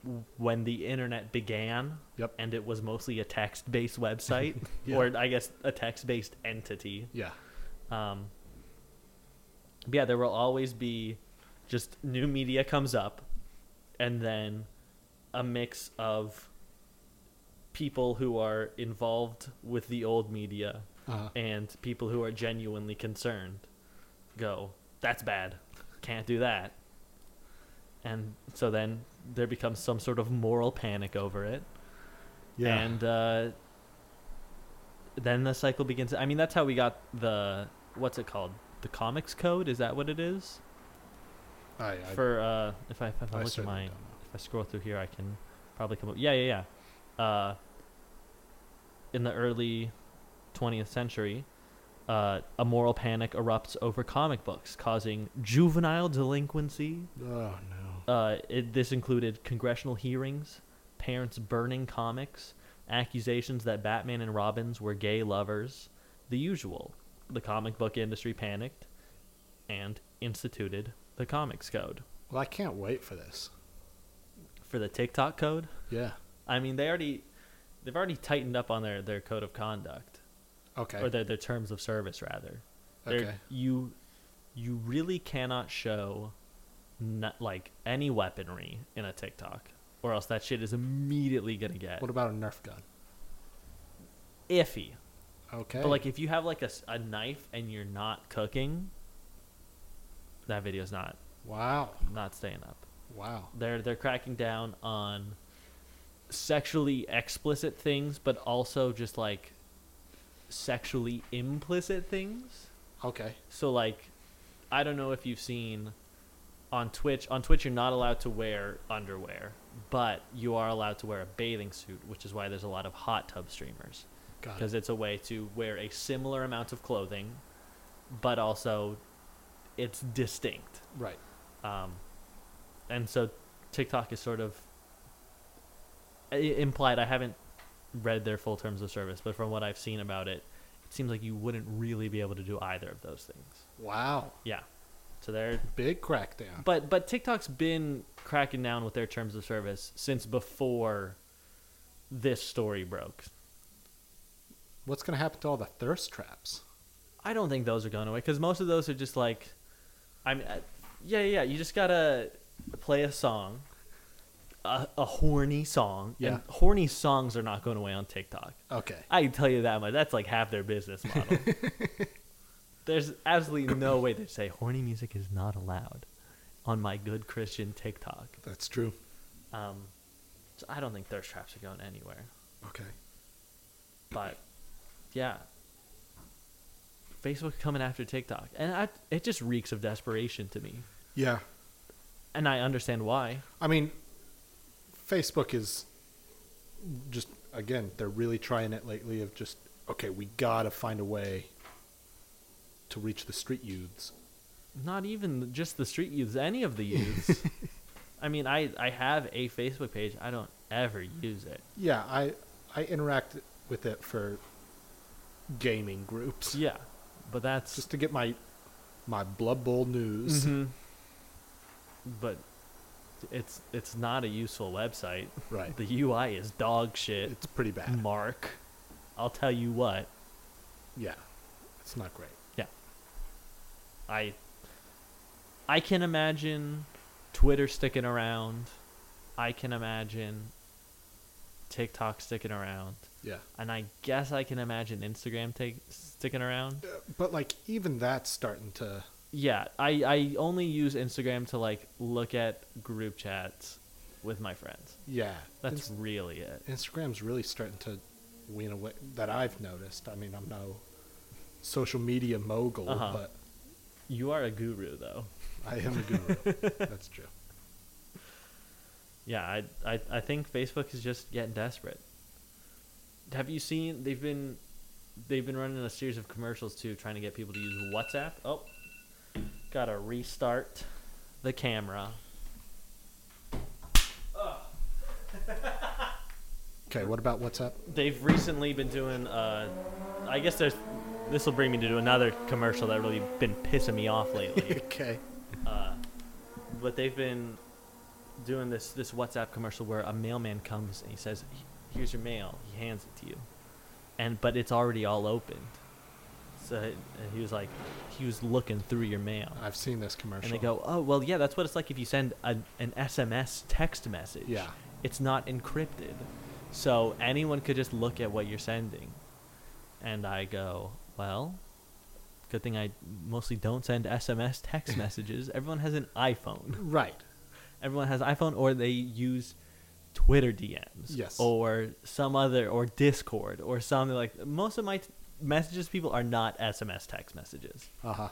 [SPEAKER 1] w- when the internet began
[SPEAKER 2] Yep.
[SPEAKER 1] and it was mostly a text-based website
[SPEAKER 2] [LAUGHS] Yeah.
[SPEAKER 1] or i guess a text-based entity
[SPEAKER 2] Yeah.
[SPEAKER 1] um, yeah, there will always be just new media comes up and then a mix of people who are involved with the old media
[SPEAKER 2] Uh,
[SPEAKER 1] and people who are genuinely concerned go, that's bad. Can't do that. And so then there becomes some sort of moral panic over it.
[SPEAKER 2] yeah.
[SPEAKER 1] And uh, then the cycle begins. I mean, that's how we got the what's it called? The comics code is that what it is?
[SPEAKER 2] I, I,
[SPEAKER 1] For uh, if I if I
[SPEAKER 2] I
[SPEAKER 1] look at
[SPEAKER 2] certainly
[SPEAKER 1] my
[SPEAKER 2] don't know.
[SPEAKER 1] if I scroll through here, I can probably come up. Yeah, yeah, yeah. Uh, in the early 20th century, uh, a moral panic erupts over comic books, causing juvenile delinquency,
[SPEAKER 2] Oh no.
[SPEAKER 1] uh, it, this included congressional hearings, parents burning comics, accusations that Batman and Robbins were gay lovers, the usual. The comic book industry panicked and instituted the Comics Code.
[SPEAKER 2] Well, I can't wait for this.
[SPEAKER 1] For the TikTok code,
[SPEAKER 2] Yeah.
[SPEAKER 1] I mean, they already they've already tightened up on their, their code of conduct
[SPEAKER 2] Okay.
[SPEAKER 1] or their, their terms of service rather. There-
[SPEAKER 2] okay.
[SPEAKER 1] You you really cannot show not, like any weaponry in a TikTok, or else that shit is immediately gonna get
[SPEAKER 2] What about a Nerf gun?
[SPEAKER 1] iffy.
[SPEAKER 2] Okay.
[SPEAKER 1] But like if you have like a, s- a knife and you're not cooking, that video's not
[SPEAKER 2] wow.
[SPEAKER 1] not staying up.
[SPEAKER 2] Wow.
[SPEAKER 1] They're they're cracking down on sexually explicit things, but also just like sexually implicit things.
[SPEAKER 2] Okay.
[SPEAKER 1] So like, I don't know if you've seen on Twitch. On Twitch, you're not allowed to wear underwear, but you are allowed to wear a bathing suit, which is why there's a lot of hot tub streamers
[SPEAKER 2] Got
[SPEAKER 1] because
[SPEAKER 2] it.
[SPEAKER 1] it's a way to wear a similar amount of clothing, but also it's distinct.
[SPEAKER 2] Right.
[SPEAKER 1] Um, and so TikTok is sort of i- implied. I haven't read their full terms of service, but from what I've seen about it, it seems like you wouldn't really be able to do either of those things.
[SPEAKER 2] Wow.
[SPEAKER 1] Yeah. So they're
[SPEAKER 2] Big crackdown.
[SPEAKER 1] but but TikTok's been cracking down with their terms of service since before this story broke.
[SPEAKER 2] What's gonna happen to all the thirst traps?
[SPEAKER 1] I don't think those are going away because most of those are just like, I mean, I- yeah, yeah, yeah. You just gotta play a song, a, a horny song.
[SPEAKER 2] Yeah.
[SPEAKER 1] And horny songs are not going away on TikTok.
[SPEAKER 2] Okay.
[SPEAKER 1] I can tell you that much. That's like half their business model. There's absolutely no way they say horny music is not allowed on my good Christian TikTok.
[SPEAKER 2] That's true.
[SPEAKER 1] Um, so I don't think thirst traps are going anywhere.
[SPEAKER 2] Okay.
[SPEAKER 1] But yeah, Facebook coming after TikTok, and I, it just reeks of desperation to me,
[SPEAKER 2] Yeah.
[SPEAKER 1] and I understand why.
[SPEAKER 2] I mean, Facebook is just again they're really trying it lately of just okay we gotta find a way to reach the street youths.
[SPEAKER 1] Not even just the street youths, any
[SPEAKER 2] [LAUGHS]
[SPEAKER 1] of the youths. I mean, I I have a Facebook page. I don't ever use it.
[SPEAKER 2] Yeah, I I interact with it for gaming groups
[SPEAKER 1] Yeah, but that's
[SPEAKER 2] just to get my my Blood Bowl news.
[SPEAKER 1] Mhm. But it's it's not a useful website.
[SPEAKER 2] Right.
[SPEAKER 1] The UI is dog shit.
[SPEAKER 2] It's pretty bad.
[SPEAKER 1] Mark, I'll tell you what.
[SPEAKER 2] Yeah. It's not great.
[SPEAKER 1] Yeah. I I can imagine Twitter sticking around. I can imagine TikTok sticking around.
[SPEAKER 2] Yeah.
[SPEAKER 1] And I guess I can imagine Instagram take, sticking around.
[SPEAKER 2] But like even that's starting to
[SPEAKER 1] Yeah, I, I only use Instagram to like look at group chats with my friends.
[SPEAKER 2] yeah.
[SPEAKER 1] That's
[SPEAKER 2] Inst-
[SPEAKER 1] really it.
[SPEAKER 2] Instagram's really starting to wean away that I've noticed. I mean, I'm no social media mogul,
[SPEAKER 1] Uh-huh.
[SPEAKER 2] but
[SPEAKER 1] You are a guru though.
[SPEAKER 2] I am
[SPEAKER 1] [LAUGHS]
[SPEAKER 2] a guru. that's true.
[SPEAKER 1] Yeah, I, I I think Facebook is just getting desperate. Have you seen they've been they've been running a series of commercials too trying to get people to use WhatsApp. Oh. Got to restart the camera.
[SPEAKER 2] Okay, what about WhatsApp?
[SPEAKER 1] [LAUGHS] They've recently been doing uh I guess there's this will bring me to do another commercial that really been pissing me off lately.
[SPEAKER 2] okay.
[SPEAKER 1] uh, but they've been doing this this WhatsApp commercial where a mailman comes and he says, "He- "Here's your mail." He hands it to you, and but it's already all opened. So and he was like, he was looking through your mail.
[SPEAKER 2] I've seen this
[SPEAKER 1] And
[SPEAKER 2] commercial.
[SPEAKER 1] they go, oh, well, yeah, that's what it's like if you send an, an SMS text message. [LAUGHS]
[SPEAKER 2] Yeah.
[SPEAKER 1] It's not encrypted. So anyone could just look at what you're sending. And I go, well, good thing I mostly don't send SMS text messages. Everyone has an iPhone.
[SPEAKER 2] Right.
[SPEAKER 1] Everyone has iPhone or they use Twitter DMs.
[SPEAKER 2] Yes.
[SPEAKER 1] Or some other, or Discord, or something like Most of my t- messages, people, are not SMS text messages.
[SPEAKER 2] Uh huh.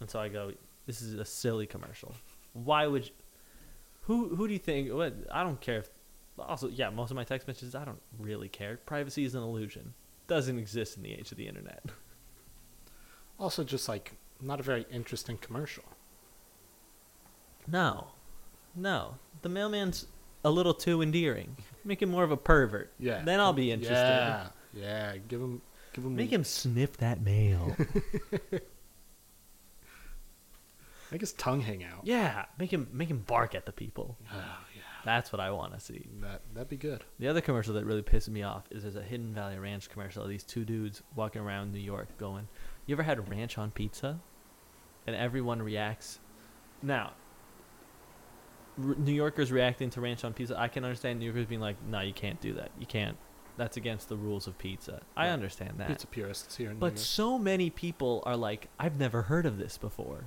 [SPEAKER 1] And so I go, this is a silly commercial. Why would you, who who do you think what I don't care if also yeah, most of my text messages I don't really care. Privacy is an illusion. Doesn't exist in the age of the internet. [LAUGHS]
[SPEAKER 2] Also, just like not a very interesting commercial.
[SPEAKER 1] No. No. The mailman's a little too endearing. Make him more of a pervert.
[SPEAKER 2] Yeah.
[SPEAKER 1] Then I'll be interested.
[SPEAKER 2] Yeah. Yeah. Give him. Give him.
[SPEAKER 1] Make him sniff that
[SPEAKER 2] [LAUGHS]
[SPEAKER 1] mail.
[SPEAKER 2] Make his tongue hang out.
[SPEAKER 1] yeah. Make him make him bark at the people.
[SPEAKER 2] Oh yeah.
[SPEAKER 1] That's what I wanna see.
[SPEAKER 2] That that'd be good.
[SPEAKER 1] The other commercial that really pissed me off is there's a Hidden Valley Ranch commercial of these two dudes walking around New York going, You ever had ranch on pizza? And everyone reacts. Now, r- New Yorkers reacting to ranch on pizza, I can understand New Yorkers being like, No, you can't do that. You can't. That's against the rules of pizza. I
[SPEAKER 2] Right.
[SPEAKER 1] understand that.
[SPEAKER 2] Pizza purists here in
[SPEAKER 1] but
[SPEAKER 2] New
[SPEAKER 1] so many people are like, I've never heard of this before.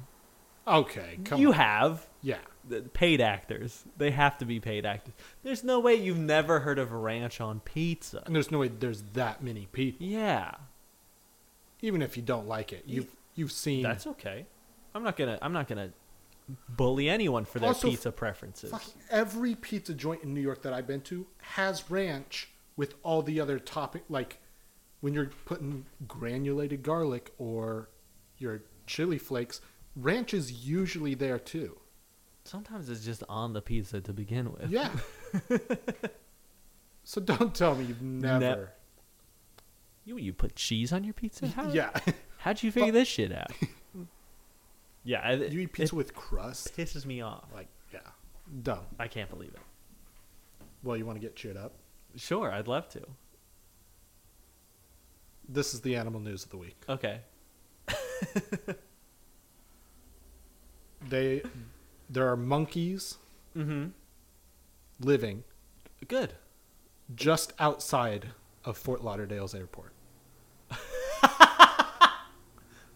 [SPEAKER 2] York. Okay. Come
[SPEAKER 1] you
[SPEAKER 2] on.
[SPEAKER 1] have
[SPEAKER 2] yeah.
[SPEAKER 1] the paid actors. They have to be paid actors. There's no way you've never heard of ranch on pizza.
[SPEAKER 2] And there's no way there's that many people.
[SPEAKER 1] Yeah,
[SPEAKER 2] Even if you don't like it, you've you've seen.
[SPEAKER 1] that's okay. I'm not gonna. I'm not gonna bully anyone for their
[SPEAKER 2] Also,
[SPEAKER 1] pizza preferences.
[SPEAKER 2] Fuck, every pizza joint in New York that I've been to has ranch with all the other topping. Like when you're putting granulated garlic or your chili flakes, ranch is usually there too.
[SPEAKER 1] Sometimes it's just on the pizza to begin with.
[SPEAKER 2] Yeah. so don't tell me you've never.
[SPEAKER 1] You you put cheese on your pizza? How,
[SPEAKER 2] yeah. [LAUGHS]
[SPEAKER 1] How'd you figure this shit out? [LAUGHS] yeah, I,
[SPEAKER 2] you eat pizza with
[SPEAKER 1] [LAUGHS] it
[SPEAKER 2] crust?
[SPEAKER 1] pisses me off.
[SPEAKER 2] Like, yeah. Dumb.
[SPEAKER 1] I can't believe it.
[SPEAKER 2] Well, you want to get cheered up?
[SPEAKER 1] Sure, I'd love to.
[SPEAKER 2] This is the animal news of the week.
[SPEAKER 1] Okay.
[SPEAKER 2] They, there are monkeys
[SPEAKER 1] Mm-hmm.
[SPEAKER 2] living
[SPEAKER 1] Good.
[SPEAKER 2] just outside of Fort
[SPEAKER 1] [LAUGHS]
[SPEAKER 2] Lauderdale's airport.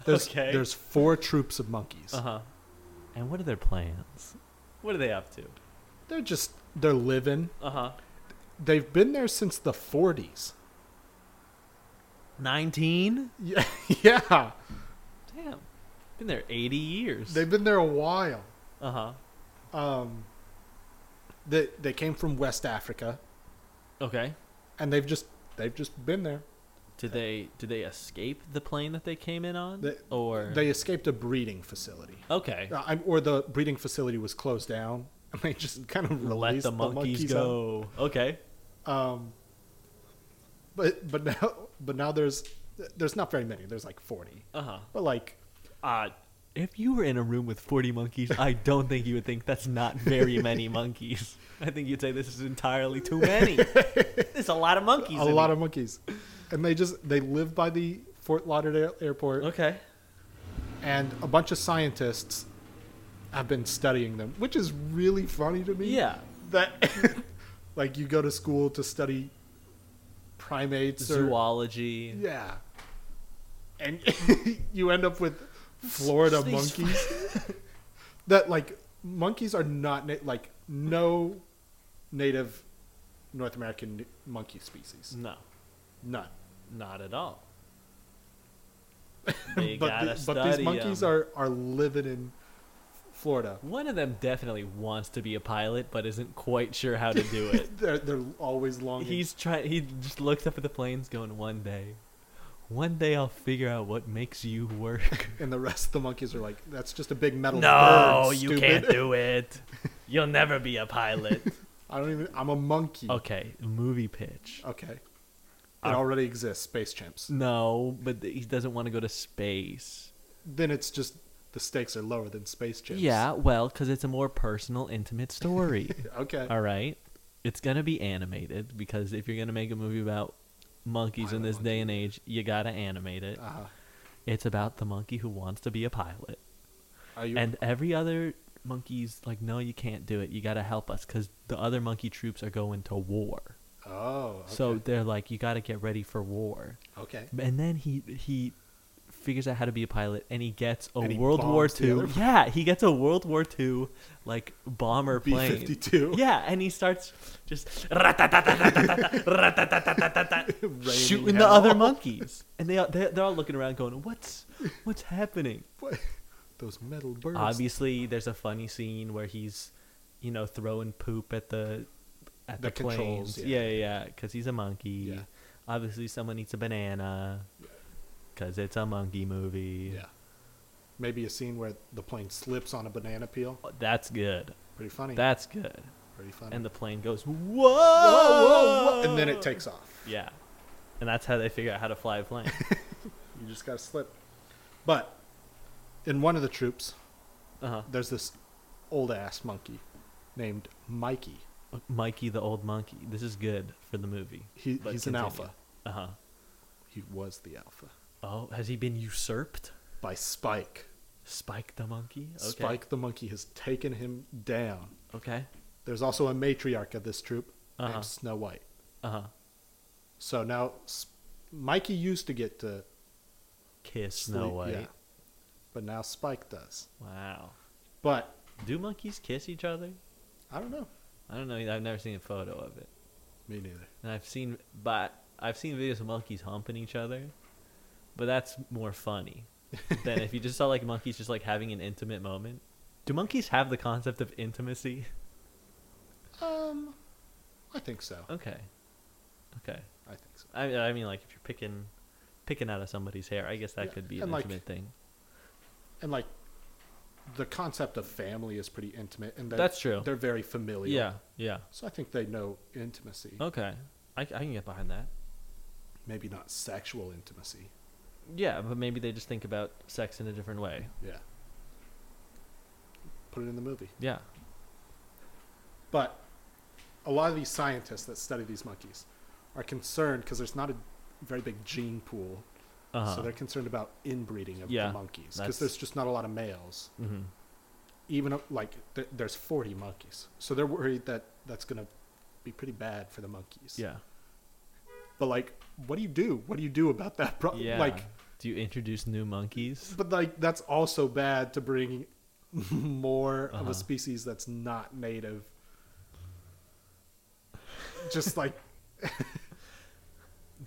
[SPEAKER 2] there's,
[SPEAKER 1] Okay.
[SPEAKER 2] There's four troops of monkeys.
[SPEAKER 1] Uh huh. And what are their plans? What are they up to?
[SPEAKER 2] They're just they're living.
[SPEAKER 1] Uh huh.
[SPEAKER 2] They've been there since the 40s.
[SPEAKER 1] Nineteen. [LAUGHS]
[SPEAKER 2] Yeah, yeah.
[SPEAKER 1] Damn. Been there eighty years.
[SPEAKER 2] They've been there a while.
[SPEAKER 1] Uh huh.
[SPEAKER 2] Um, they they came from West Africa,
[SPEAKER 1] Okay.
[SPEAKER 2] and they've just they've just been there.
[SPEAKER 1] Did they did they escape the plane that they came in on?
[SPEAKER 2] They-
[SPEAKER 1] or
[SPEAKER 2] They escaped a breeding facility,
[SPEAKER 1] okay,
[SPEAKER 2] Uh, I'm- or the breeding facility was closed down, [LAUGHS] and they just kind of
[SPEAKER 1] let
[SPEAKER 2] released
[SPEAKER 1] the monkeys,
[SPEAKER 2] out.
[SPEAKER 1] go. Okay,
[SPEAKER 2] Um, but but now [LAUGHS] but now there's there's not very many. There's like forty.
[SPEAKER 1] uh huh.
[SPEAKER 2] But like
[SPEAKER 1] Uh, if you were in a room with forty monkeys, I don't think you would think that's not very many monkeys. I think you'd say this is entirely too
[SPEAKER 2] [LAUGHS]
[SPEAKER 1] many. There's a lot of monkeys.
[SPEAKER 2] a lot of monkeys, and they just they live by the Fort Lauderdale airport,
[SPEAKER 1] okay.
[SPEAKER 2] and a bunch of scientists have been studying them, which is really funny to me.
[SPEAKER 1] Yeah.
[SPEAKER 2] that [LAUGHS] like you go to school to study primates or
[SPEAKER 1] Zoology.
[SPEAKER 2] yeah, and [LAUGHS] you end up with Florida
[SPEAKER 1] These-
[SPEAKER 2] monkeys.
[SPEAKER 1] [LAUGHS]
[SPEAKER 2] that like monkeys are not na- like no native North American n- monkey species.
[SPEAKER 1] No,
[SPEAKER 2] None.
[SPEAKER 1] not at
[SPEAKER 2] [LAUGHS]
[SPEAKER 1] all. They
[SPEAKER 2] but,
[SPEAKER 1] gotta
[SPEAKER 2] the-
[SPEAKER 1] study
[SPEAKER 2] but these monkeys
[SPEAKER 1] 'em.
[SPEAKER 2] are are living in Florida.
[SPEAKER 1] One of them definitely wants to be a pilot, but isn't quite sure how to do
[SPEAKER 2] [LAUGHS]
[SPEAKER 1] it.
[SPEAKER 2] They're they're always longing.
[SPEAKER 1] He's trying. He just looks up at the planes, going, "One day, one day I'll figure out what makes you work."
[SPEAKER 2] [LAUGHS] and the rest of the monkeys are like, that's just a big metal.
[SPEAKER 1] no,
[SPEAKER 2] bird,
[SPEAKER 1] you
[SPEAKER 2] stupid."
[SPEAKER 1] can't do it. You'll never be a pilot.
[SPEAKER 2] [LAUGHS] I don't even. I'm a monkey.
[SPEAKER 1] okay, movie pitch.
[SPEAKER 2] Okay. It
[SPEAKER 1] Uh,
[SPEAKER 2] already exists, space chimps.
[SPEAKER 1] No, but th- he doesn't want to go to space.
[SPEAKER 2] Then it's just the stakes are lower than space chimps.
[SPEAKER 1] Yeah, well, because it's a more personal, intimate story.
[SPEAKER 2] Okay.
[SPEAKER 1] All right, it's gonna be animated because if you're gonna make a movie about monkeys in
[SPEAKER 2] Pilot
[SPEAKER 1] this day and age, you gotta animate it.
[SPEAKER 2] Uh,
[SPEAKER 1] It's about the monkey who wants to be a pilot.
[SPEAKER 2] Are you?
[SPEAKER 1] And every other monkey's like, no, you can't do it. You got to help us because the other monkey troops are going to war.
[SPEAKER 2] oh, okay.
[SPEAKER 1] So they're like, you got to get ready for war.
[SPEAKER 2] okay.
[SPEAKER 1] And then he he figures out how to be a pilot, and he gets a
[SPEAKER 2] And he
[SPEAKER 1] World War
[SPEAKER 2] bombs the
[SPEAKER 1] II.
[SPEAKER 2] other-
[SPEAKER 1] Yeah, he gets a World War II like bomber plane.
[SPEAKER 2] B-52.
[SPEAKER 1] [LAUGHS] Yeah, and he starts just
[SPEAKER 2] [LAUGHS]
[SPEAKER 1] [LAUGHS]
[SPEAKER 2] Raining
[SPEAKER 1] shooting the
[SPEAKER 2] hell.
[SPEAKER 1] other monkeys, and they all- they're, they're all looking around, going, "What's what's happening?"
[SPEAKER 2] What? [LAUGHS] Those metal birds.
[SPEAKER 1] Obviously, there's a funny scene where he's, you know, throwing poop at the at the,
[SPEAKER 2] The
[SPEAKER 1] planes.
[SPEAKER 2] controls,
[SPEAKER 1] Yeah,
[SPEAKER 2] yeah.
[SPEAKER 1] yeah, because he's a monkey.
[SPEAKER 2] Yeah.
[SPEAKER 1] Obviously, someone eats a banana because it's a monkey movie.
[SPEAKER 2] Yeah. Maybe a scene where the plane slips on a banana peel.
[SPEAKER 1] That's good.
[SPEAKER 2] Pretty funny.
[SPEAKER 1] That's good.
[SPEAKER 2] pretty funny.
[SPEAKER 1] And the plane goes, whoa,
[SPEAKER 2] whoa, whoa, whoa, and then it takes off.
[SPEAKER 1] Yeah. And that's how they figure out how to fly a plane.
[SPEAKER 2] You just gotta slip. But in one of the troops,
[SPEAKER 1] uh-huh.
[SPEAKER 2] there's this old ass monkey named Mikey.
[SPEAKER 1] Mikey the old monkey. This is good for the movie.
[SPEAKER 2] He,
[SPEAKER 1] But
[SPEAKER 2] he's an
[SPEAKER 1] continue.
[SPEAKER 2] alpha.
[SPEAKER 1] Uh-huh.
[SPEAKER 2] He was the alpha
[SPEAKER 1] Oh, has he been usurped?
[SPEAKER 2] by Spike.
[SPEAKER 1] Spike the monkey? Okay.
[SPEAKER 2] Spike the monkey has taken him down.
[SPEAKER 1] Okay.
[SPEAKER 2] There's also a matriarch of this troop
[SPEAKER 1] Uh-huh.
[SPEAKER 2] named Snow White.
[SPEAKER 1] Uh-huh.
[SPEAKER 2] So now S- Mikey used to get to
[SPEAKER 1] Kiss Snow
[SPEAKER 2] sleep,
[SPEAKER 1] White.
[SPEAKER 2] yeah. but now Spike does.
[SPEAKER 1] Wow.
[SPEAKER 2] But
[SPEAKER 1] Do monkeys kiss each other?
[SPEAKER 2] I don't know.
[SPEAKER 1] I don't know. I've never seen a photo of it.
[SPEAKER 2] Me neither.
[SPEAKER 1] And I've seen but I've seen videos of monkeys humping each other. But that's more
[SPEAKER 2] [LAUGHS]
[SPEAKER 1] funny than if you just saw like monkeys just like having an intimate moment. Do monkeys have the concept of intimacy?
[SPEAKER 2] Um, I think so.
[SPEAKER 1] Okay. Okay.
[SPEAKER 2] I think so.
[SPEAKER 1] I I mean like if you're picking picking out of somebody's hair, I guess that
[SPEAKER 2] Yeah,
[SPEAKER 1] could be an
[SPEAKER 2] and, like-
[SPEAKER 1] intimate thing.
[SPEAKER 2] And like, the concept of family is pretty intimate, and they're-
[SPEAKER 1] That's true.
[SPEAKER 2] They're very familiar.
[SPEAKER 1] Yeah, Uh. yeah.
[SPEAKER 2] So I think they know intimacy.
[SPEAKER 1] Okay. I, I can get behind that.
[SPEAKER 2] Maybe not sexual intimacy.
[SPEAKER 1] Yeah, but maybe they just think about sex in a different way.
[SPEAKER 2] Yeah. Put it in the movie.
[SPEAKER 1] Yeah.
[SPEAKER 2] But a lot of these scientists that study these monkeys are concerned because there's not a very big gene pool.
[SPEAKER 1] Uh-huh.
[SPEAKER 2] So they're concerned about inbreeding of
[SPEAKER 1] Yeah,
[SPEAKER 2] the monkeys
[SPEAKER 1] that's-
[SPEAKER 2] because there's just not a lot of males.
[SPEAKER 1] mm-hmm.
[SPEAKER 2] Even uh, like th- there's 40 monkeys. So they're worried that that's going to be pretty bad for the monkeys.
[SPEAKER 1] Yeah.
[SPEAKER 2] But like, what do you do? What do you do about that problem?
[SPEAKER 1] Yeah.
[SPEAKER 2] Uh, Like,
[SPEAKER 1] do you introduce new monkeys?
[SPEAKER 2] but like that's also bad to bring [LAUGHS] more of
[SPEAKER 1] Uh-huh.
[SPEAKER 2] a species that's not native. Just like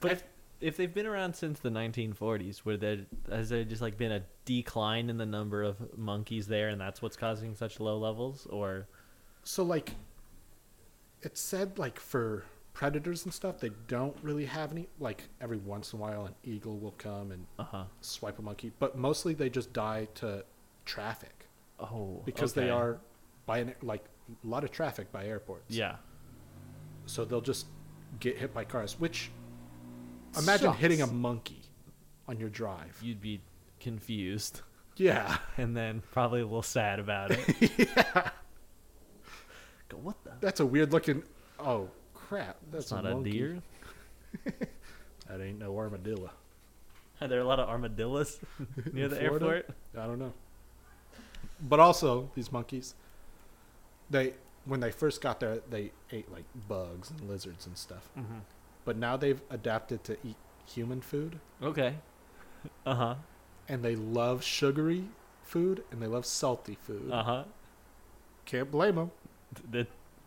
[SPEAKER 1] But if, if they've been around since the 1940s, where there has there just like been a decline in the number of monkeys there, and that's what's causing such low levels? Or
[SPEAKER 2] so like it said like for predators and stuff they don't really have any like every once in a while an eagle will come and
[SPEAKER 1] uh huh.
[SPEAKER 2] swipe a monkey but mostly they just die to traffic
[SPEAKER 1] Oh,
[SPEAKER 2] because they
[SPEAKER 1] okay.
[SPEAKER 2] are by an like a lot of traffic by airports
[SPEAKER 1] Yeah.
[SPEAKER 2] so they'll just get hit by cars which imagine
[SPEAKER 1] Sucks.
[SPEAKER 2] hitting a monkey on your drive
[SPEAKER 1] You'd be confused,
[SPEAKER 2] yeah
[SPEAKER 1] [LAUGHS] and then probably a little sad about it.
[SPEAKER 2] [LAUGHS]
[SPEAKER 1] yeah. Go what the?
[SPEAKER 2] that's a weird looking oh crap that's,
[SPEAKER 1] That's not a,
[SPEAKER 2] monkey.
[SPEAKER 1] deer.
[SPEAKER 2] that ain't no armadillo
[SPEAKER 1] Are there a lot of armadillos [LAUGHS] near
[SPEAKER 2] In
[SPEAKER 1] the
[SPEAKER 2] Florida?
[SPEAKER 1] airport?
[SPEAKER 2] I don't know. But also, these monkeys, they when they first got there, they ate like bugs and lizards and stuff.
[SPEAKER 1] Mm-hmm.
[SPEAKER 2] But now they've adapted to eat human food,
[SPEAKER 1] Okay. Uh huh.
[SPEAKER 2] and they love sugary food and they love salty food.
[SPEAKER 1] Uh huh.
[SPEAKER 2] Can't blame them;
[SPEAKER 1] The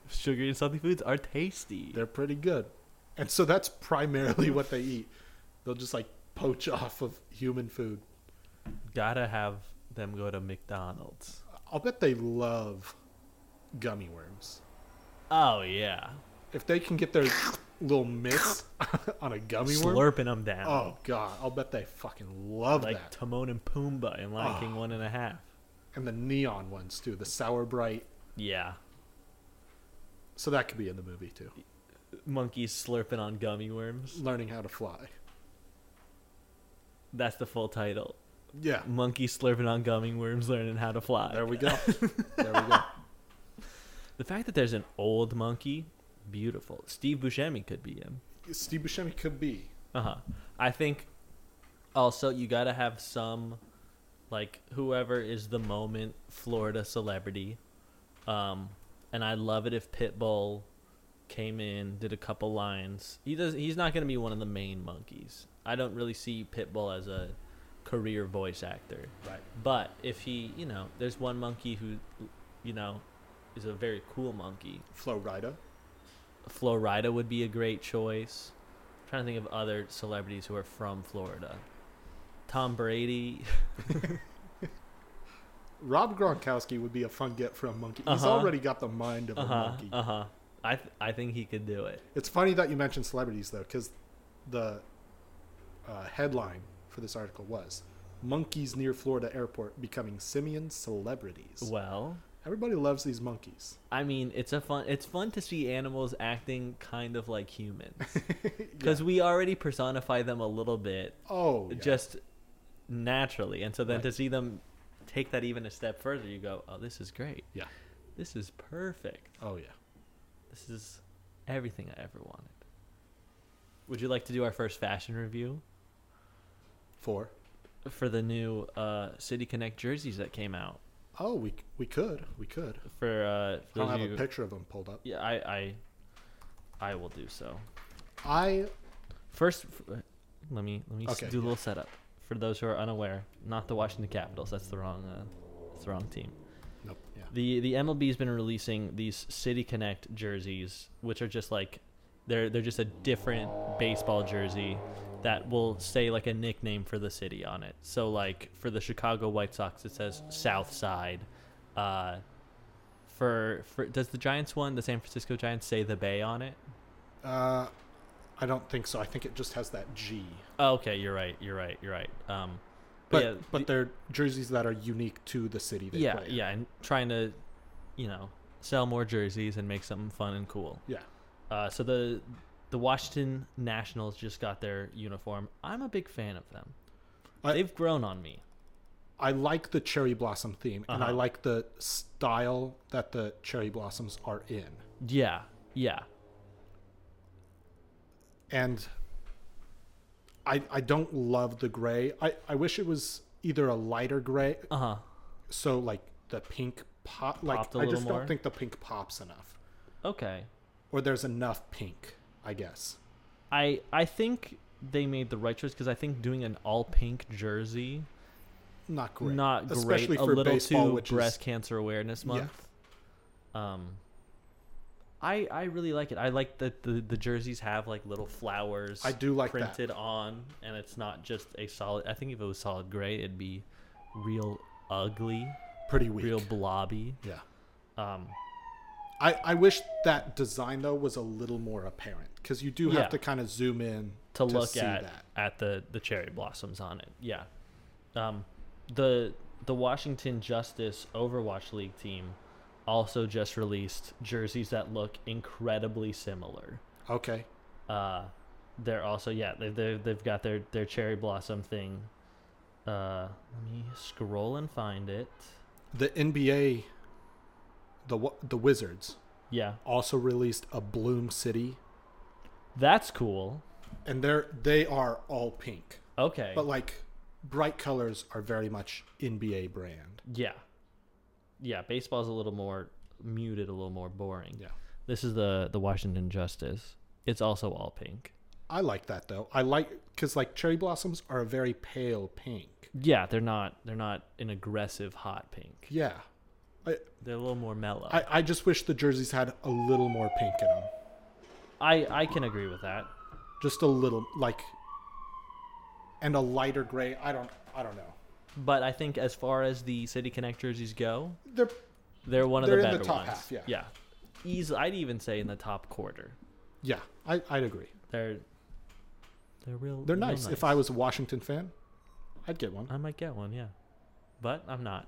[SPEAKER 1] sugary and salty foods are tasty.
[SPEAKER 2] they're pretty good. And so that's primarily what they eat. They'll just like poach off of human food.
[SPEAKER 1] Gotta have them go to McDonald's.
[SPEAKER 2] I'll bet they love gummy worms.
[SPEAKER 1] Oh yeah,
[SPEAKER 2] If they can get their little mitts [LAUGHS] on a gummy worm,
[SPEAKER 1] slurping them down.
[SPEAKER 2] Oh god, I'll bet they fucking love
[SPEAKER 1] like
[SPEAKER 2] that.
[SPEAKER 1] Timon and Pumbaa in Lion
[SPEAKER 2] Oh.
[SPEAKER 1] King one and a half.
[SPEAKER 2] and the neon ones too, the sour bright.
[SPEAKER 1] Yeah,
[SPEAKER 2] So that could be in the movie too.
[SPEAKER 1] monkeys slurping on gummy worms.
[SPEAKER 2] Learning how to fly.
[SPEAKER 1] That's the full title.
[SPEAKER 2] Yeah.
[SPEAKER 1] Monkeys slurping on gummy worms, learning how to fly.
[SPEAKER 2] There we go.
[SPEAKER 1] [LAUGHS]
[SPEAKER 2] there we go.
[SPEAKER 1] The fact that there's an old monkey, beautiful. Steve Buscemi could be him.
[SPEAKER 2] Steve Buscemi could be.
[SPEAKER 1] Uh huh. I think Also, you gotta have some, like whoever is the moment Florida celebrity, um, and I love it if Pitbull came in, did a couple lines. He does. He's not gonna be one of the main monkeys. I don't really see Pitbull as a career voice actor.
[SPEAKER 2] Right.
[SPEAKER 1] But if he, you know, there's one monkey who, you know, is a very cool monkey.
[SPEAKER 2] Flow Rida.
[SPEAKER 1] Florida would be a great choice. I'm trying to think of other celebrities who are from Florida. Tom Brady.
[SPEAKER 2] Rob Gronkowski would be a fun get for a monkey. He's
[SPEAKER 1] Uh-huh.
[SPEAKER 2] already got [LAUGHS] the mind of
[SPEAKER 1] Uh
[SPEAKER 2] a
[SPEAKER 1] huh.
[SPEAKER 2] monkey.
[SPEAKER 1] Uh huh. I th- I think he could do it.
[SPEAKER 2] It's funny that you mentioned celebrities though, because the uh, headline for this article was "Monkeys near Florida airport becoming simian celebrities."
[SPEAKER 1] Well,
[SPEAKER 2] Everybody loves these monkeys.
[SPEAKER 1] I mean, it's a fun. It's fun to see animals acting kind of like humans
[SPEAKER 2] [LAUGHS] Yeah.
[SPEAKER 1] because we already personify them a little bit
[SPEAKER 2] Oh, yeah.
[SPEAKER 1] just naturally, and so then
[SPEAKER 2] Right.
[SPEAKER 1] to see them take that even a step further, you go, "Oh, this is great.
[SPEAKER 2] yeah.
[SPEAKER 1] This is perfect."
[SPEAKER 2] Oh yeah.
[SPEAKER 1] This is everything I ever wanted. Would you like to do our first fashion review
[SPEAKER 2] Four.
[SPEAKER 1] for the new uh, City Connect jerseys that came out?
[SPEAKER 2] Oh, we we could we could.
[SPEAKER 1] For, uh, for
[SPEAKER 2] I don't
[SPEAKER 1] those
[SPEAKER 2] have
[SPEAKER 1] of you-
[SPEAKER 2] a picture of them pulled up.
[SPEAKER 1] Yeah, I, I, I will do so.
[SPEAKER 2] I
[SPEAKER 1] First, f- uh, let me let me s-
[SPEAKER 2] Okay,
[SPEAKER 1] do a
[SPEAKER 2] yeah.
[SPEAKER 1] little setup for those who are unaware. Not the Washington Capitals. That's the wrong. Uh, that's the wrong team.
[SPEAKER 2] nope. Yeah.
[SPEAKER 1] The the MLB has been releasing these City Connect jerseys, which are just like they're they're just a different baseball jersey that will say like a nickname for the city on it. So like for the Chicago White Sox, it says South Side. Uh, for for does the Giants one, the San Francisco Giants, say the Bay on it?
[SPEAKER 2] Uh, I don't think so. I think it just has that G.
[SPEAKER 1] Oh, okay, you're right. You're right. You're right. Um,
[SPEAKER 2] But
[SPEAKER 1] yeah,
[SPEAKER 2] but
[SPEAKER 1] the-
[SPEAKER 2] they're jerseys that are unique to the city they
[SPEAKER 1] yeah
[SPEAKER 2] play. in.
[SPEAKER 1] yeah, and trying to, you know, sell more jerseys and make something fun and cool.
[SPEAKER 2] Yeah.
[SPEAKER 1] Uh, so the the Washington Nationals just got their uniform. I'm a big fan of them.
[SPEAKER 2] I-
[SPEAKER 1] They've grown on me.
[SPEAKER 2] I like the cherry blossom theme, and I
[SPEAKER 1] Uh-huh.
[SPEAKER 2] like the style that the cherry blossoms are in.
[SPEAKER 1] Yeah, yeah.
[SPEAKER 2] And I I don't love the gray. I I wish it was either a lighter gray,
[SPEAKER 1] Uh huh.
[SPEAKER 2] so like the pink pop. Like
[SPEAKER 1] Popped a
[SPEAKER 2] I
[SPEAKER 1] little
[SPEAKER 2] just
[SPEAKER 1] more?
[SPEAKER 2] don't think the pink pops enough,
[SPEAKER 1] Okay.
[SPEAKER 2] or there's enough pink. I guess.
[SPEAKER 1] I I think they made the right choice because I think doing an all pink jersey,
[SPEAKER 2] Not great.
[SPEAKER 1] not great,
[SPEAKER 2] Especially
[SPEAKER 1] a
[SPEAKER 2] for
[SPEAKER 1] little
[SPEAKER 2] baseball,
[SPEAKER 1] too
[SPEAKER 2] which
[SPEAKER 1] breast
[SPEAKER 2] is
[SPEAKER 1] cancer awareness
[SPEAKER 2] Yeah.
[SPEAKER 1] month. Um. I, I really like it. I like that the, the jerseys have like little flowers.
[SPEAKER 2] I do like that.
[SPEAKER 1] printed on, and it's not just a solid. I think if it was solid gray, it'd be real ugly.
[SPEAKER 2] pretty weak.
[SPEAKER 1] real blobby.
[SPEAKER 2] yeah.
[SPEAKER 1] Um,
[SPEAKER 2] I, I wish that design though was a little more apparent because you do have
[SPEAKER 1] Yeah.
[SPEAKER 2] to kind of zoom in
[SPEAKER 1] to look
[SPEAKER 2] see
[SPEAKER 1] at
[SPEAKER 2] that.
[SPEAKER 1] at the the cherry blossoms on it. Yeah, um, the the Washington Justice Overwatch League team also just released jerseys that look incredibly similar.
[SPEAKER 2] Okay,
[SPEAKER 1] Uh, they're also yeah they they they've got their their cherry blossom thing. Uh, let me scroll and find it.
[SPEAKER 2] the NBA, the Wa- the Wizards
[SPEAKER 1] Yeah,
[SPEAKER 2] also released a Bloom City,
[SPEAKER 1] that's cool.
[SPEAKER 2] and they're they are all pink,
[SPEAKER 1] Okay.
[SPEAKER 2] but like bright colors are very much NBA brand.
[SPEAKER 1] Yeah. Yeah, baseball's a little more muted, a little more boring.
[SPEAKER 2] Yeah,
[SPEAKER 1] This is the the Washington Justice. It's also all pink.
[SPEAKER 2] I like that though. I like because like cherry blossoms are a very pale pink.
[SPEAKER 1] Yeah, they're not they're not an aggressive hot pink.
[SPEAKER 2] Yeah, I
[SPEAKER 1] They're a little more mellow.
[SPEAKER 2] I, I just wish the jerseys had a little more pink in them.
[SPEAKER 1] I, I can agree with that.
[SPEAKER 2] just a little like and a lighter gray i don't i don't know
[SPEAKER 1] But I think as far as the City Connect jerseys go,
[SPEAKER 2] they're
[SPEAKER 1] they're one of
[SPEAKER 2] They're
[SPEAKER 1] the
[SPEAKER 2] in the
[SPEAKER 1] better ones.
[SPEAKER 2] top half, yeah.
[SPEAKER 1] Yeah. Eas- I'd even say in the top quarter.
[SPEAKER 2] yeah I, i'd agree
[SPEAKER 1] They're they're real
[SPEAKER 2] they're
[SPEAKER 1] real
[SPEAKER 2] nice. if i was a washington fan i'd get one
[SPEAKER 1] I might get one, yeah. But I'm not.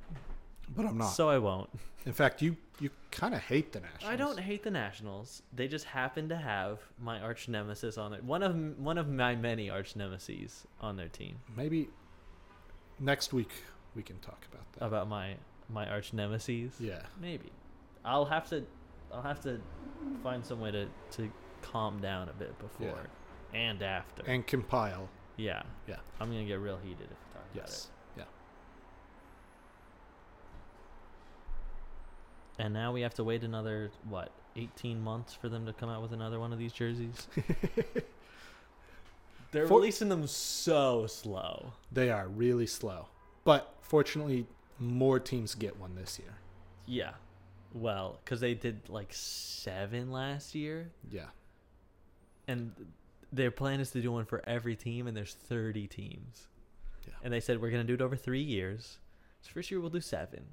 [SPEAKER 2] but i'm not
[SPEAKER 1] So I won't.
[SPEAKER 2] in fact you you kind of hate the nationals
[SPEAKER 1] I don't hate the Nationals. They just happen to have my arch nemesis on it. One of one of my many arch nemeses on their team.
[SPEAKER 2] maybe next week we can talk about that
[SPEAKER 1] About my my arch nemesis.
[SPEAKER 2] yeah
[SPEAKER 1] Maybe. I'll have to I'll have to find some way to to calm down a bit before and after.
[SPEAKER 2] and compile
[SPEAKER 1] Yeah.
[SPEAKER 2] Yeah.
[SPEAKER 1] I'm gonna get real heated if we talk
[SPEAKER 2] Yes. Yeah.
[SPEAKER 1] about it. And now we have to wait another what, 18 months for them to come out with another one of these
[SPEAKER 2] [LAUGHS]
[SPEAKER 1] jerseys. They're
[SPEAKER 2] For-
[SPEAKER 1] releasing them so slow.
[SPEAKER 2] They are really slow. But fortunately, more teams get one this year.
[SPEAKER 1] Yeah. Well, because they did like seven last year,
[SPEAKER 2] Yeah.
[SPEAKER 1] and their plan is to do one for every team, and there's 30 teams.
[SPEAKER 2] Yeah.
[SPEAKER 1] And they said we're gonna do it over three years. So first year we'll do seven.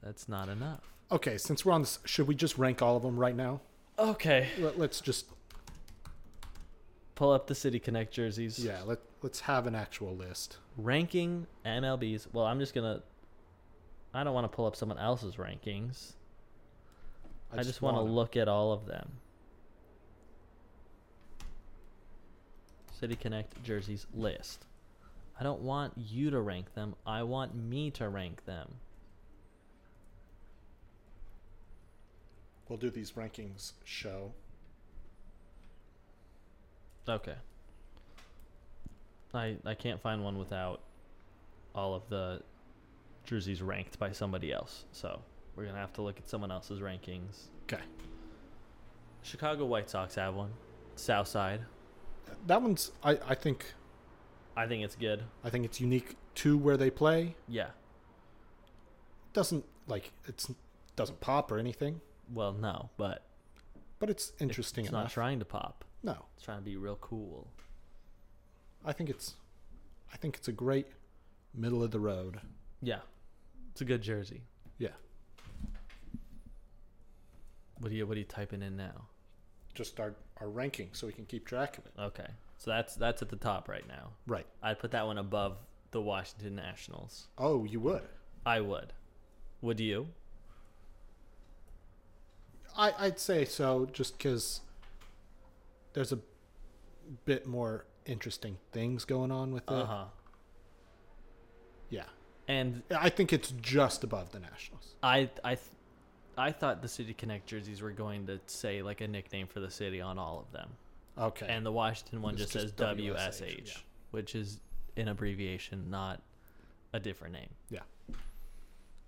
[SPEAKER 1] That's not enough.
[SPEAKER 2] Okay, since we're on this, should we just rank all of them right now?
[SPEAKER 1] Okay.
[SPEAKER 2] Let, let's just
[SPEAKER 1] Pull up the City Connect jerseys.
[SPEAKER 2] yeah, let let's have an actual list.
[SPEAKER 1] Ranking MLB's. Well, I'm just gonna. I don't want to pull up someone else's rankings. I just, want to
[SPEAKER 2] wanna-
[SPEAKER 1] look at all of them. City Connect jerseys list. I don't want you to rank them. I want me to rank them.
[SPEAKER 2] We'll do these rankings show.
[SPEAKER 1] Okay. I I can't find one without all of the jerseys ranked by somebody else. So we're gonna have to look at someone else's rankings.
[SPEAKER 2] Okay.
[SPEAKER 1] Chicago White Sox have one. South Side.
[SPEAKER 2] That one's I, I think
[SPEAKER 1] I think it's good.
[SPEAKER 2] I think it's unique to where they play.
[SPEAKER 1] Yeah.
[SPEAKER 2] Doesn't like it's doesn't pop or anything,
[SPEAKER 1] Well, no, but
[SPEAKER 2] but it's interesting
[SPEAKER 1] it's not
[SPEAKER 2] enough.
[SPEAKER 1] trying to pop.
[SPEAKER 2] no.
[SPEAKER 1] It's trying to be real cool.
[SPEAKER 2] I think it's I think it's a great middle of the road.
[SPEAKER 1] Yeah. It's a good jersey.
[SPEAKER 2] Yeah.
[SPEAKER 1] What are you what are you typing in now?
[SPEAKER 2] Just our, our ranking so we can keep track of it.
[SPEAKER 1] Okay. So that's that's at the top right now.
[SPEAKER 2] Right.
[SPEAKER 1] I'd put that one above the Washington Nationals.
[SPEAKER 2] Oh, you would.
[SPEAKER 1] I would. Would you?
[SPEAKER 2] I, I'd say so just because there's a bit more interesting things going on with it.
[SPEAKER 1] Uh huh.
[SPEAKER 2] Yeah.
[SPEAKER 1] And
[SPEAKER 2] I think it's just above the Nationals.
[SPEAKER 1] I I th- I thought the City Connect jerseys were going to say like a nickname for the city on all of them.
[SPEAKER 2] Okay.
[SPEAKER 1] And the Washington one
[SPEAKER 2] It's
[SPEAKER 1] just,
[SPEAKER 2] just
[SPEAKER 1] says WSH,
[SPEAKER 2] WSH, yeah.
[SPEAKER 1] which is an abbreviation, not a different name.
[SPEAKER 2] yeah.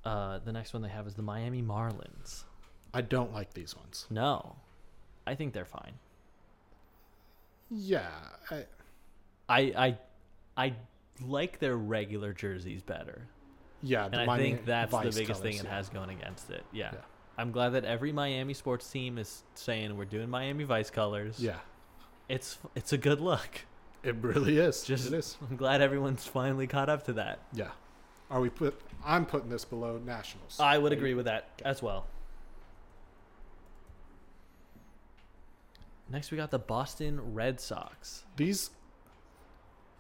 [SPEAKER 1] Uh, the next one they have is the Miami Marlins.
[SPEAKER 2] I don't like these ones.
[SPEAKER 1] No, I think they're fine.
[SPEAKER 2] Yeah. I,
[SPEAKER 1] I I I like their regular jerseys better,
[SPEAKER 2] yeah.
[SPEAKER 1] and I
[SPEAKER 2] Miami
[SPEAKER 1] think that's the
[SPEAKER 2] Vice
[SPEAKER 1] biggest thing
[SPEAKER 2] colors,
[SPEAKER 1] it
[SPEAKER 2] yeah.
[SPEAKER 1] has going against it. Yeah.
[SPEAKER 2] Yeah.
[SPEAKER 1] I'm glad that every Miami sports team is saying we're doing Miami Vice colors.
[SPEAKER 2] Yeah.
[SPEAKER 1] it's it's a good look. [LAUGHS]
[SPEAKER 2] It really is.
[SPEAKER 1] Just
[SPEAKER 2] it is.
[SPEAKER 1] I'm glad everyone's finally caught up to that.
[SPEAKER 2] Yeah. Are we put? I'm putting this below Nationals.
[SPEAKER 1] I would agree with that as well. Next, we got the Boston Red Sox.
[SPEAKER 2] These.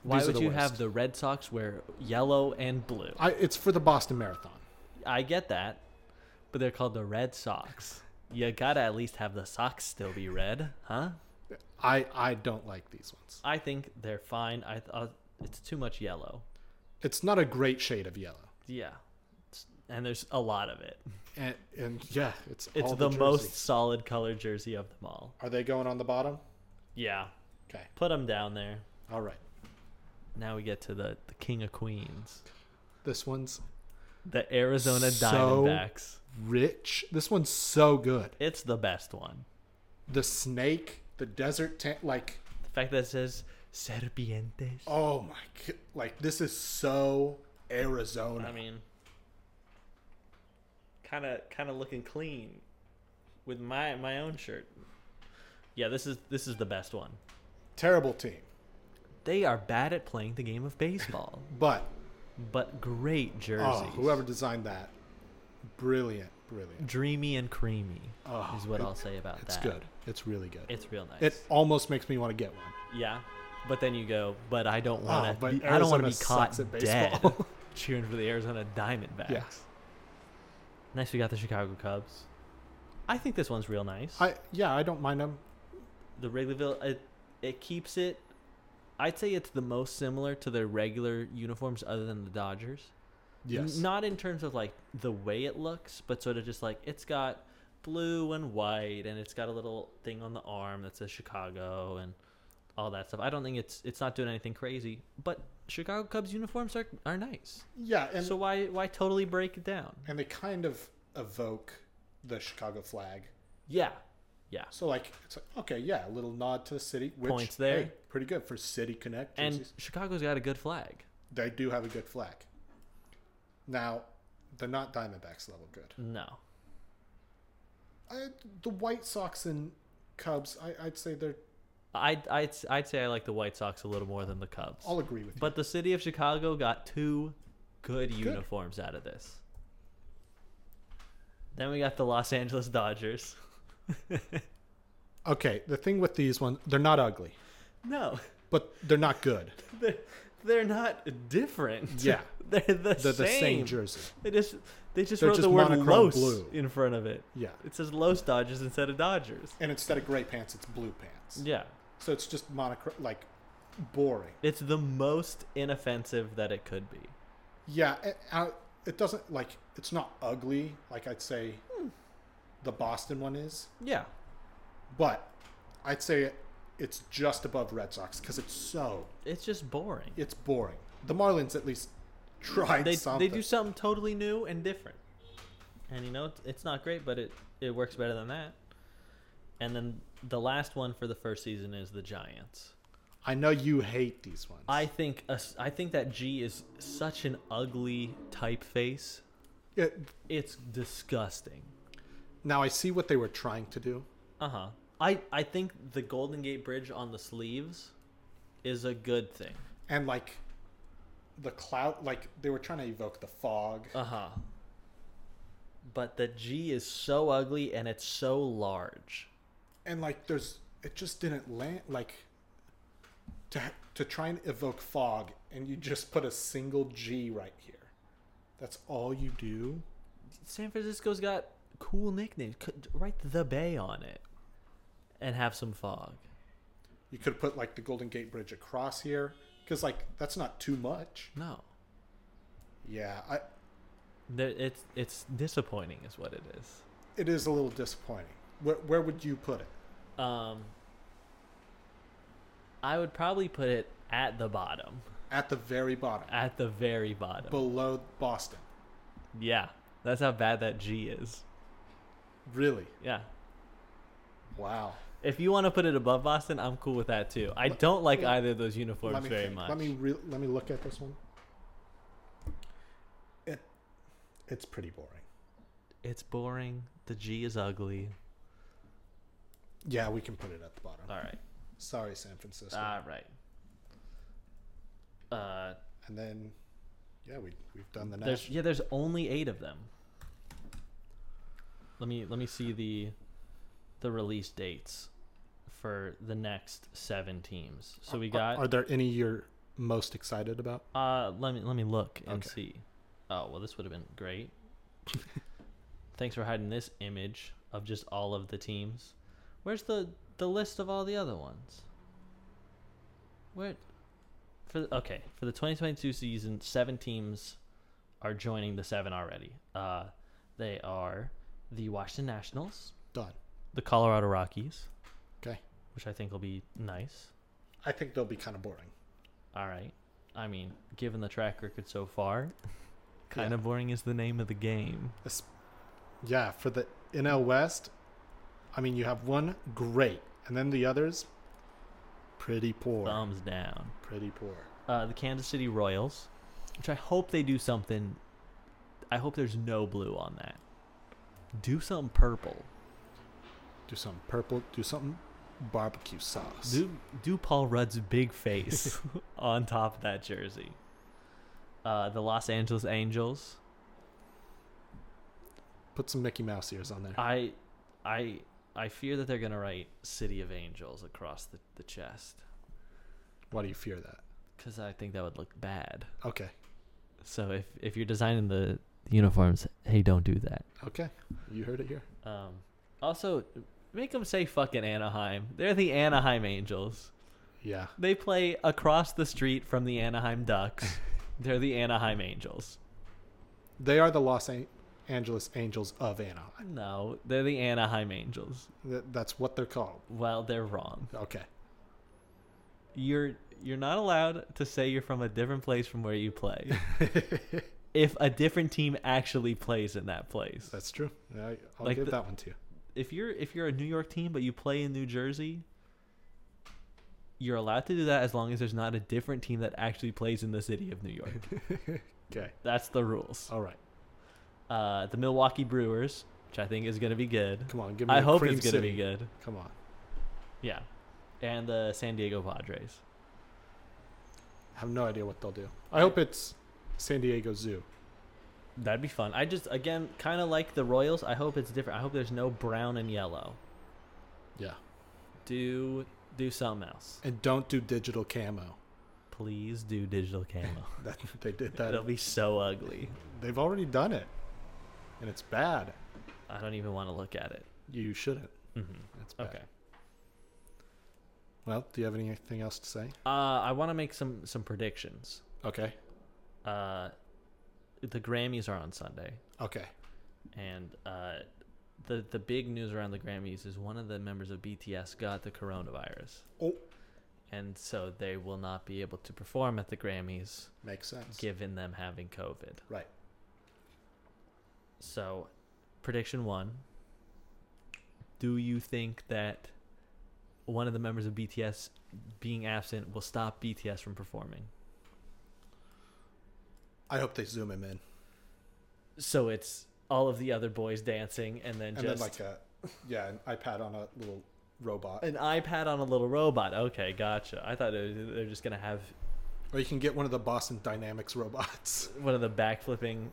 [SPEAKER 1] Why
[SPEAKER 2] these are
[SPEAKER 1] would
[SPEAKER 2] the
[SPEAKER 1] you
[SPEAKER 2] worst.
[SPEAKER 1] have the Red Sox wear yellow and blue?
[SPEAKER 2] I, it's for the Boston Marathon.
[SPEAKER 1] I get that, but they're called the Red Sox. You gotta at least have the socks still be red, huh?
[SPEAKER 2] I I don't like these ones.
[SPEAKER 1] I think they're fine. I th- uh, it's too much yellow.
[SPEAKER 2] It's not a great shade of yellow,
[SPEAKER 1] Yeah, It's- and there's a lot of it.
[SPEAKER 2] and and yeah, it's
[SPEAKER 1] It's
[SPEAKER 2] all
[SPEAKER 1] the, most
[SPEAKER 2] jersey.
[SPEAKER 1] solid color jersey of them all.
[SPEAKER 2] Are they going on the bottom?
[SPEAKER 1] Yeah,
[SPEAKER 2] Okay,
[SPEAKER 1] put them down there.
[SPEAKER 2] all right.
[SPEAKER 1] Now we get to the the King of Queens,
[SPEAKER 2] This one's
[SPEAKER 1] the Arizona
[SPEAKER 2] So-
[SPEAKER 1] Diamondbacks.
[SPEAKER 2] rich. This one's so good.
[SPEAKER 1] It's the best one.
[SPEAKER 2] The snake, the desert tent, like
[SPEAKER 1] The fact that it says Serpientes.
[SPEAKER 2] oh my, g- like this is so
[SPEAKER 1] [CLEARS THROAT]
[SPEAKER 2] Arizona.
[SPEAKER 1] I mean, kind of kind of looking clean with my my own shirt. Yeah, this is this is the best one.
[SPEAKER 2] terrible team,
[SPEAKER 1] They are bad at playing the game of baseball, [LAUGHS]
[SPEAKER 2] but
[SPEAKER 1] but great
[SPEAKER 2] oh,
[SPEAKER 1] jerseys.
[SPEAKER 2] whoever designed that, brilliant, brilliant.
[SPEAKER 1] dreamy and creamy
[SPEAKER 2] Oh,
[SPEAKER 1] is what
[SPEAKER 2] it-
[SPEAKER 1] I'll say about
[SPEAKER 2] It's
[SPEAKER 1] that.
[SPEAKER 2] good. It's really good.
[SPEAKER 1] It's real nice.
[SPEAKER 2] it almost makes me want to get one.
[SPEAKER 1] yeah, but then you go, but I don't
[SPEAKER 2] Oh,
[SPEAKER 1] want to.
[SPEAKER 2] but
[SPEAKER 1] I don't want to
[SPEAKER 2] Arizona
[SPEAKER 1] be caught
[SPEAKER 2] sucks at
[SPEAKER 1] dead
[SPEAKER 2] baseball.
[SPEAKER 1] [LAUGHS] cheering for the Arizona Diamondbacks.
[SPEAKER 2] Yeah.
[SPEAKER 1] Next, we got the Chicago Cubs. I think this one's real nice.
[SPEAKER 2] I yeah, I don't mind them.
[SPEAKER 1] the Wrigleyville it, it keeps it I'd say it's the most similar to their regular uniforms other than the Dodgers.
[SPEAKER 2] Yes.
[SPEAKER 1] N- Not in terms of like the way it looks, but sort of just like it's got blue and white and it's got a little thing on the arm that says Chicago and all that stuff. I don't think it's it's not doing anything crazy, but Chicago Cubs uniforms are are nice.
[SPEAKER 2] Yeah, and
[SPEAKER 1] so why why totally break it down?
[SPEAKER 2] and they kind of evoke the Chicago flag.
[SPEAKER 1] Yeah, yeah.
[SPEAKER 2] So like it's like okay, yeah, a little nod to the city. Which,
[SPEAKER 1] Points there.
[SPEAKER 2] hey, pretty good for City Connect.
[SPEAKER 1] And
[SPEAKER 2] jerseys.
[SPEAKER 1] Chicago's got a good flag.
[SPEAKER 2] they do have a good flag. Now, they're not Diamondbacks level good.
[SPEAKER 1] No,
[SPEAKER 2] I, the White Sox and Cubs, I, I'd say they're.
[SPEAKER 1] I'd, I'd I'd say I like the White Sox a little more than the Cubs.
[SPEAKER 2] I'll agree with you.
[SPEAKER 1] But the city of Chicago got two good uniforms out of this. Then we got the Los Angeles Dodgers.
[SPEAKER 2] Okay, the thing with these ones, they're not ugly,
[SPEAKER 1] No,
[SPEAKER 2] but they're not good.
[SPEAKER 1] [LAUGHS] they're, they're not different.
[SPEAKER 2] Yeah.
[SPEAKER 1] [LAUGHS] they're the
[SPEAKER 2] They're
[SPEAKER 1] same.
[SPEAKER 2] the same jersey.
[SPEAKER 1] They just they just
[SPEAKER 2] They're
[SPEAKER 1] wrote
[SPEAKER 2] just
[SPEAKER 1] the word
[SPEAKER 2] monochrome
[SPEAKER 1] Los
[SPEAKER 2] blue.
[SPEAKER 1] in front of it.
[SPEAKER 2] Yeah.
[SPEAKER 1] It says Los Dodgers instead of Dodgers.
[SPEAKER 2] And instead of gray pants, it's blue pants.
[SPEAKER 1] Yeah.
[SPEAKER 2] So it's just monochrome, like boring.
[SPEAKER 1] It's the most inoffensive that it could be.
[SPEAKER 2] Yeah, it, I, it doesn't, like, it's not ugly, like I'd say the Boston one is,
[SPEAKER 1] Yeah.
[SPEAKER 2] but I'd say it, it's just above Red Sox because it's so,
[SPEAKER 1] It's just boring.
[SPEAKER 2] it's boring. The Marlins at least tried
[SPEAKER 1] they,
[SPEAKER 2] something.
[SPEAKER 1] they do something totally new and different. And you know, it's, it's not great, but it, it works better than that. And then the last one for the first season is the Giants.
[SPEAKER 2] I know you hate these ones.
[SPEAKER 1] I think a s I think that G is such an ugly typeface.
[SPEAKER 2] It,
[SPEAKER 1] It's disgusting.
[SPEAKER 2] now I see what they were trying to do.
[SPEAKER 1] Uh huh. I I think the Golden Gate Bridge on the sleeves is a good thing.
[SPEAKER 2] and like the cloud like they were trying to evoke the fog
[SPEAKER 1] Uh huh. But the G is so ugly and it's so large.
[SPEAKER 2] and like there's it just didn't land like to ha- to try and evoke fog and you just put a single g right here that's all you do
[SPEAKER 1] San Francisco's got cool nicknames. Could write the Bay on it, and have some fog.
[SPEAKER 2] you could put like the golden gate bridge across here because like that's not too much
[SPEAKER 1] No,
[SPEAKER 2] yeah i
[SPEAKER 1] There- it's it's disappointing, is what it is.
[SPEAKER 2] it is a little disappointing where, where would you put it
[SPEAKER 1] Um, I would probably put it at the bottom,
[SPEAKER 2] at the very bottom
[SPEAKER 1] at the very bottom.
[SPEAKER 2] below boston
[SPEAKER 1] yeah, that's how bad that G is.
[SPEAKER 2] really
[SPEAKER 1] Yeah.
[SPEAKER 2] wow
[SPEAKER 1] If you want to put it above Boston, I'm cool with that too. I don't like either of those uniforms
[SPEAKER 2] let me
[SPEAKER 1] very
[SPEAKER 2] think.
[SPEAKER 1] much.
[SPEAKER 2] Let me re- let me look at this one. It it's pretty boring.
[SPEAKER 1] It's boring. The G is ugly.
[SPEAKER 2] Yeah, we can put it at the bottom.
[SPEAKER 1] All right.
[SPEAKER 2] Sorry, San Francisco.
[SPEAKER 1] All right. Uh,
[SPEAKER 2] and then yeah, we we've done the
[SPEAKER 1] there's
[SPEAKER 2] national.
[SPEAKER 1] yeah, there's only eight of them. Let me let me see the the release dates for the next seven teams. So we
[SPEAKER 2] Are,
[SPEAKER 1] got
[SPEAKER 2] there any you're most excited about?
[SPEAKER 1] uh let me let me look and
[SPEAKER 2] Okay.
[SPEAKER 1] see. Oh well, this would have been great. Thanks for hiding this image of just all of the teams. Where's the the list of all the other ones? Where for okay for the 2022 season, seven teams are joining the seven already. Uh, they are the Washington Nationals,
[SPEAKER 2] Done.
[SPEAKER 1] the Colorado Rockies,
[SPEAKER 2] Okay.
[SPEAKER 1] which I think will be nice.
[SPEAKER 2] I think they'll be kind of boring.
[SPEAKER 1] All right. I mean, given the track record so far, kind of boring is the name of the game.
[SPEAKER 2] Es- yeah, for the NL West, I mean, you have one great, and then the others pretty poor.
[SPEAKER 1] Thumbs down.
[SPEAKER 2] pretty poor.
[SPEAKER 1] Uh, the Kansas City Royals, which I hope they do something. I hope there's no blue on that. Do something purple.
[SPEAKER 2] Do something purple. Do something barbecue sauce.
[SPEAKER 1] Do do Paul Rudd's big face on top of that jersey. Uh, the Los Angeles Angels.
[SPEAKER 2] Put some Mickey Mouse ears on there.
[SPEAKER 1] I I I fear that they're gonna write City of Angels across the, the chest
[SPEAKER 2] Why do you fear that?
[SPEAKER 1] because I think that would look bad.
[SPEAKER 2] Okay.
[SPEAKER 1] So if if you're designing the uniforms, hey, don't do that.
[SPEAKER 2] Okay. You heard it here.
[SPEAKER 1] Um, also, make them say fucking Anaheim. They're the Anaheim Angels.
[SPEAKER 2] Yeah.
[SPEAKER 1] They play across the street from the Anaheim Ducks. They're the Anaheim Angels.
[SPEAKER 2] They are the Los An- Angeles Angels of Anaheim.
[SPEAKER 1] No, they're the Anaheim Angels.
[SPEAKER 2] Th- That's what they're called.
[SPEAKER 1] Well, they're wrong.
[SPEAKER 2] Okay.
[SPEAKER 1] you're you're not allowed to say you're from a different place from where you play. if a different team actually plays in that place.
[SPEAKER 2] [LAUGHS] That's true. I, I'll
[SPEAKER 1] Like
[SPEAKER 2] give
[SPEAKER 1] the-
[SPEAKER 2] that one to you.
[SPEAKER 1] If you're if you're a New York team but you play in New Jersey, you're allowed to do that as long as there's not a different team that actually plays in the city of New York.
[SPEAKER 2] Okay.
[SPEAKER 1] That's the rules.
[SPEAKER 2] All right.
[SPEAKER 1] Uh, the Milwaukee Brewers, which I think is going to be good.
[SPEAKER 2] Come on. Give me.
[SPEAKER 1] I
[SPEAKER 2] a
[SPEAKER 1] hope
[SPEAKER 2] cream
[SPEAKER 1] it's going to
[SPEAKER 2] city.
[SPEAKER 1] be good.
[SPEAKER 2] Come on.
[SPEAKER 1] Yeah. And the San Diego Padres.
[SPEAKER 2] I have no idea what they'll do. I hope it's San Diego Zoo.
[SPEAKER 1] That'd be fun. I just again kind of like the Royals. I hope it's different. I hope there's no brown and yellow.
[SPEAKER 2] Yeah.
[SPEAKER 1] Do do something else.
[SPEAKER 2] And don't do digital camo. [LAUGHS]
[SPEAKER 1] Please do digital camo.
[SPEAKER 2] That they did
[SPEAKER 1] That'll
[SPEAKER 2] [LAUGHS] that.
[SPEAKER 1] be so ugly.
[SPEAKER 2] They've already done it, and it's bad.
[SPEAKER 1] I don't even want to look at it.
[SPEAKER 2] You shouldn't.
[SPEAKER 1] Mhm.
[SPEAKER 2] It's bad.
[SPEAKER 1] Okay.
[SPEAKER 2] Well, do you have anything else to say?
[SPEAKER 1] Uh, I want to make some some predictions.
[SPEAKER 2] Okay.
[SPEAKER 1] Uh, the Grammys are on Sunday,
[SPEAKER 2] Okay.
[SPEAKER 1] and uh, the the big news around the Grammys is one of the members of BTS got the coronavirus,
[SPEAKER 2] Oh,
[SPEAKER 1] and so they will not be able to perform at the Grammys,
[SPEAKER 2] makes sense.
[SPEAKER 1] given them having COVID.
[SPEAKER 2] Right.
[SPEAKER 1] So, prediction one. Do you think that one of the members of BTS being absent will stop BTS from performing?
[SPEAKER 2] I hope they zoom him in,
[SPEAKER 1] So it's all of the other boys dancing and then
[SPEAKER 2] and then
[SPEAKER 1] just
[SPEAKER 2] like a, yeah, an iPad on a little robot,
[SPEAKER 1] an iPad on a little robot. Okay, gotcha. I thought it was- they're just going to have
[SPEAKER 2] or you can get one of the Boston Dynamics
[SPEAKER 1] [LAUGHS]
[SPEAKER 2] robots.
[SPEAKER 1] one of the backflipping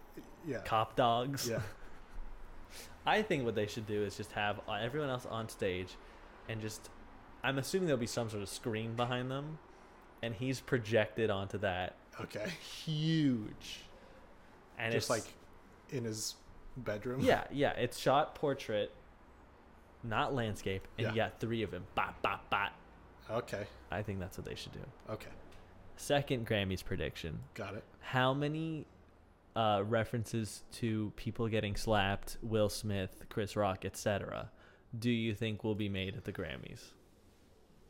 [SPEAKER 2] Yeah.
[SPEAKER 1] cop dogs.
[SPEAKER 2] Yeah.
[SPEAKER 1] I think what they should do is just have everyone else on stage and just I'm assuming there'll be some sort of screen behind them and he's projected onto that
[SPEAKER 2] Okay.
[SPEAKER 1] huge. And
[SPEAKER 2] Just
[SPEAKER 1] it's
[SPEAKER 2] like in his bedroom.
[SPEAKER 1] yeah, yeah, it's shot portrait, not landscape, and
[SPEAKER 2] Yeah.
[SPEAKER 1] you got three of them. Bop, bop, bop.
[SPEAKER 2] Okay.
[SPEAKER 1] I think that's what they should do.
[SPEAKER 2] Okay.
[SPEAKER 1] Second Grammys prediction:
[SPEAKER 2] Got it.
[SPEAKER 1] How many uh, references to people getting slapped, Will Smith, Chris Rock, etc., do you think will be made at the Grammys?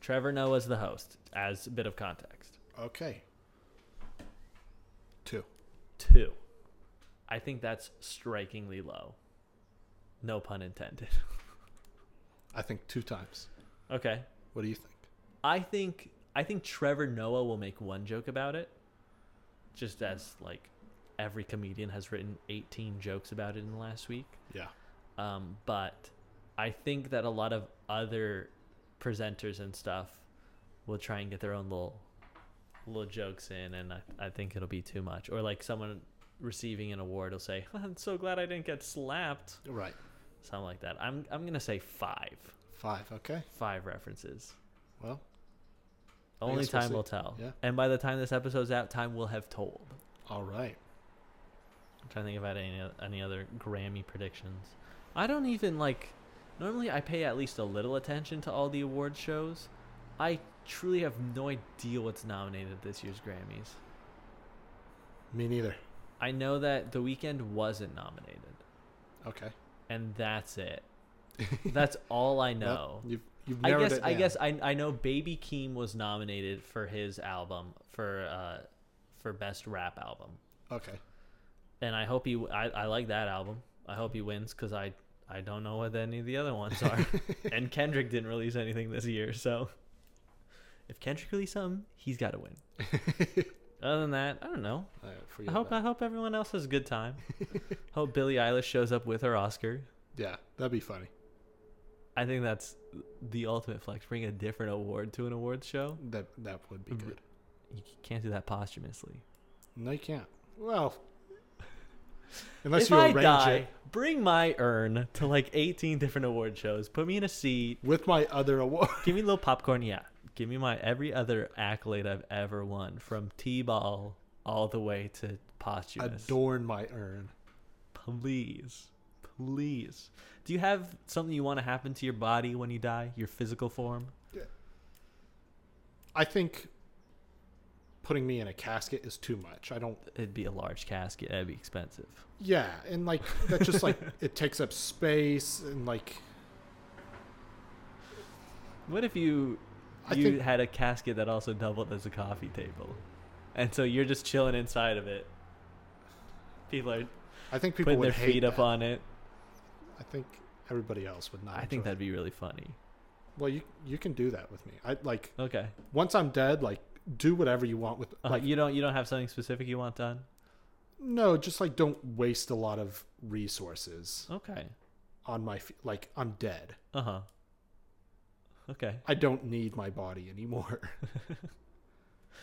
[SPEAKER 1] Trevor Noah's the host, as a bit of context.
[SPEAKER 2] Okay. Two.
[SPEAKER 1] Two. I think that's strikingly low. No pun intended. [LAUGHS]
[SPEAKER 2] I think two times.
[SPEAKER 1] Okay.
[SPEAKER 2] What do you think?
[SPEAKER 1] I think I think Trevor Noah will make one joke about it. Just as like every comedian has written 18 jokes about it in the last week.
[SPEAKER 2] Yeah.
[SPEAKER 1] Um, but I think that a lot of other presenters and stuff will try and get their own little little jokes in and I, I think it'll be too much. Or like someone receiving an award will say, [LAUGHS] I'm so glad I didn't get slapped.
[SPEAKER 2] Right.
[SPEAKER 1] Something like that. I'm I'm gonna say five.
[SPEAKER 2] Five. Okay.
[SPEAKER 1] Five references.
[SPEAKER 2] Well, I
[SPEAKER 1] Only
[SPEAKER 2] guess we'll
[SPEAKER 1] time
[SPEAKER 2] see.
[SPEAKER 1] will tell.
[SPEAKER 2] Yeah.
[SPEAKER 1] And by the time this episode's out, time will have told.
[SPEAKER 2] all right.
[SPEAKER 1] I'm trying to think about any any other Grammy predictions. I don't even like. Normally, I pay at least a little attention to all the award shows. I truly have no idea what's nominated at this year's Grammys.
[SPEAKER 2] Me neither.
[SPEAKER 1] I know that The Weeknd wasn't nominated, [LAUGHS]
[SPEAKER 2] Okay.
[SPEAKER 1] and that's it. That's all I know.
[SPEAKER 2] Well, you've you've
[SPEAKER 1] I
[SPEAKER 2] narrowed
[SPEAKER 1] guess
[SPEAKER 2] it
[SPEAKER 1] I
[SPEAKER 2] down.
[SPEAKER 1] guess I I know Baby Keem was nominated for his album for uh for best rap album.
[SPEAKER 2] Okay.
[SPEAKER 1] and I hope he. I, I like that album. I hope he wins because I I don't know what any of the other ones
[SPEAKER 2] [LAUGHS]
[SPEAKER 1] are. and Kendrick didn't release anything this year, so if Kendrick releases something, he's got to
[SPEAKER 2] [LAUGHS]
[SPEAKER 1] win. other than that, I don't know.
[SPEAKER 2] All right,
[SPEAKER 1] I
[SPEAKER 2] forget
[SPEAKER 1] hope
[SPEAKER 2] about
[SPEAKER 1] I hope everyone else has a good
[SPEAKER 2] [LAUGHS]
[SPEAKER 1] time. hope Billie Eilish shows up with her Oscar.
[SPEAKER 2] it. Yeah, that'd be funny.
[SPEAKER 1] I think that's the ultimate flex. Bring a different award to an awards show.
[SPEAKER 2] That that would be
[SPEAKER 1] Mhm.
[SPEAKER 2] good.
[SPEAKER 1] You can't do that posthumously.
[SPEAKER 2] No, you can't. Well, [LAUGHS] unless
[SPEAKER 1] if
[SPEAKER 2] you
[SPEAKER 1] I
[SPEAKER 2] arrange
[SPEAKER 1] die,
[SPEAKER 2] it
[SPEAKER 1] bring my urn to like 18 different award shows. Put me in a seat.
[SPEAKER 2] with my
[SPEAKER 1] [LAUGHS]
[SPEAKER 2] other award.
[SPEAKER 1] Give me a little popcorn, yeah. Give me my every other accolade I've ever won, from T-ball all the way to posthumous.
[SPEAKER 2] Adorn my urn.
[SPEAKER 1] please, please. Do you have something you want to happen to your body when you die? Your physical form?
[SPEAKER 2] I think putting me in a casket is too much. I don't.
[SPEAKER 1] It'd be a large casket. That'd be expensive.
[SPEAKER 2] Yeah, and like that
[SPEAKER 1] [LAUGHS]
[SPEAKER 2] just like it takes up space and like
[SPEAKER 1] What if you
[SPEAKER 2] I
[SPEAKER 1] you
[SPEAKER 2] think-
[SPEAKER 1] had a casket that also doubled as a coffee table, and so you're just chilling inside of it. People are
[SPEAKER 2] I think people
[SPEAKER 1] putting
[SPEAKER 2] would
[SPEAKER 1] their
[SPEAKER 2] hate
[SPEAKER 1] feet up
[SPEAKER 2] that.
[SPEAKER 1] on it.
[SPEAKER 2] I think everybody else would not.
[SPEAKER 1] I think
[SPEAKER 2] enjoy it.
[SPEAKER 1] that'd be really funny.
[SPEAKER 2] Well, you you can do that with me. I like
[SPEAKER 1] Okay,
[SPEAKER 2] once I'm dead, like do whatever you want with
[SPEAKER 1] Uh,
[SPEAKER 2] like
[SPEAKER 1] you don't you don't have something specific you want done.
[SPEAKER 2] no, just like don't waste a lot of resources
[SPEAKER 1] Okay.
[SPEAKER 2] on my f- like I'm dead.
[SPEAKER 1] Uh huh. Okay.
[SPEAKER 2] I don't need my body
[SPEAKER 1] [LAUGHS]
[SPEAKER 2] anymore.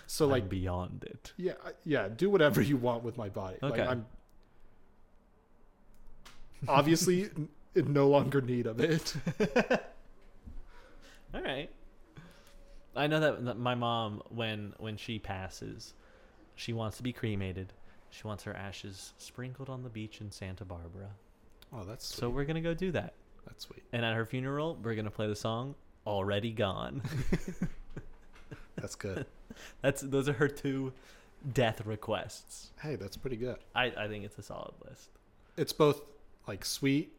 [SPEAKER 2] so like
[SPEAKER 1] I'm beyond it.
[SPEAKER 2] yeah, I- yeah, do whatever you want with my body.
[SPEAKER 1] Okay.
[SPEAKER 2] Like I'm obviously n- in no longer need
[SPEAKER 1] [LAUGHS]
[SPEAKER 2] of it.
[SPEAKER 1] All right. I know that, that my mom, when when she passes, she wants to be cremated. She wants her ashes sprinkled on the beach in Santa Barbara.
[SPEAKER 2] Oh, that's sweet.
[SPEAKER 1] So we're gonna go do that.
[SPEAKER 2] that's sweet.
[SPEAKER 1] And at her funeral, we're gonna play the song "Already Gone." [LAUGHS]
[SPEAKER 2] That's good.
[SPEAKER 1] That's those are her two death requests.
[SPEAKER 2] hey, that's pretty good.
[SPEAKER 1] I I think it's a solid list.
[SPEAKER 2] It's both like sweet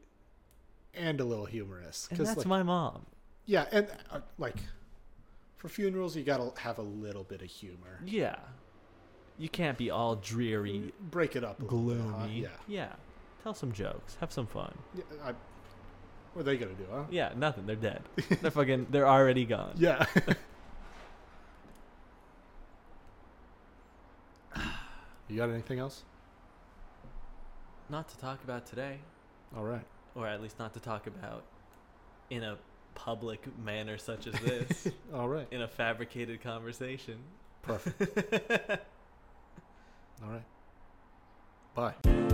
[SPEAKER 2] and a little humorous
[SPEAKER 1] And that's
[SPEAKER 2] like,
[SPEAKER 1] my mom.
[SPEAKER 2] yeah, and uh, like for funerals you got to have a little bit of humor.
[SPEAKER 1] Yeah. You can't be all dreary,
[SPEAKER 2] Break it up a little bit, huh?
[SPEAKER 1] gloomy.
[SPEAKER 2] Uh-huh, Yeah.
[SPEAKER 1] Yeah. Tell some jokes. Have some fun.
[SPEAKER 2] Yeah, I, what are they gonna do, huh?
[SPEAKER 1] Yeah, nothing. They're
[SPEAKER 2] [LAUGHS]
[SPEAKER 1] dead. They're fucking. They're already gone.
[SPEAKER 2] Uh-huh. Yeah. [LAUGHS] you got anything else?
[SPEAKER 1] Not to talk about today,
[SPEAKER 2] All right.
[SPEAKER 1] or at least not to talk about in a public manner such as
[SPEAKER 2] [LAUGHS]
[SPEAKER 1] this,
[SPEAKER 2] All right.
[SPEAKER 1] in a fabricated conversation.
[SPEAKER 2] Perfect. All right. Bye.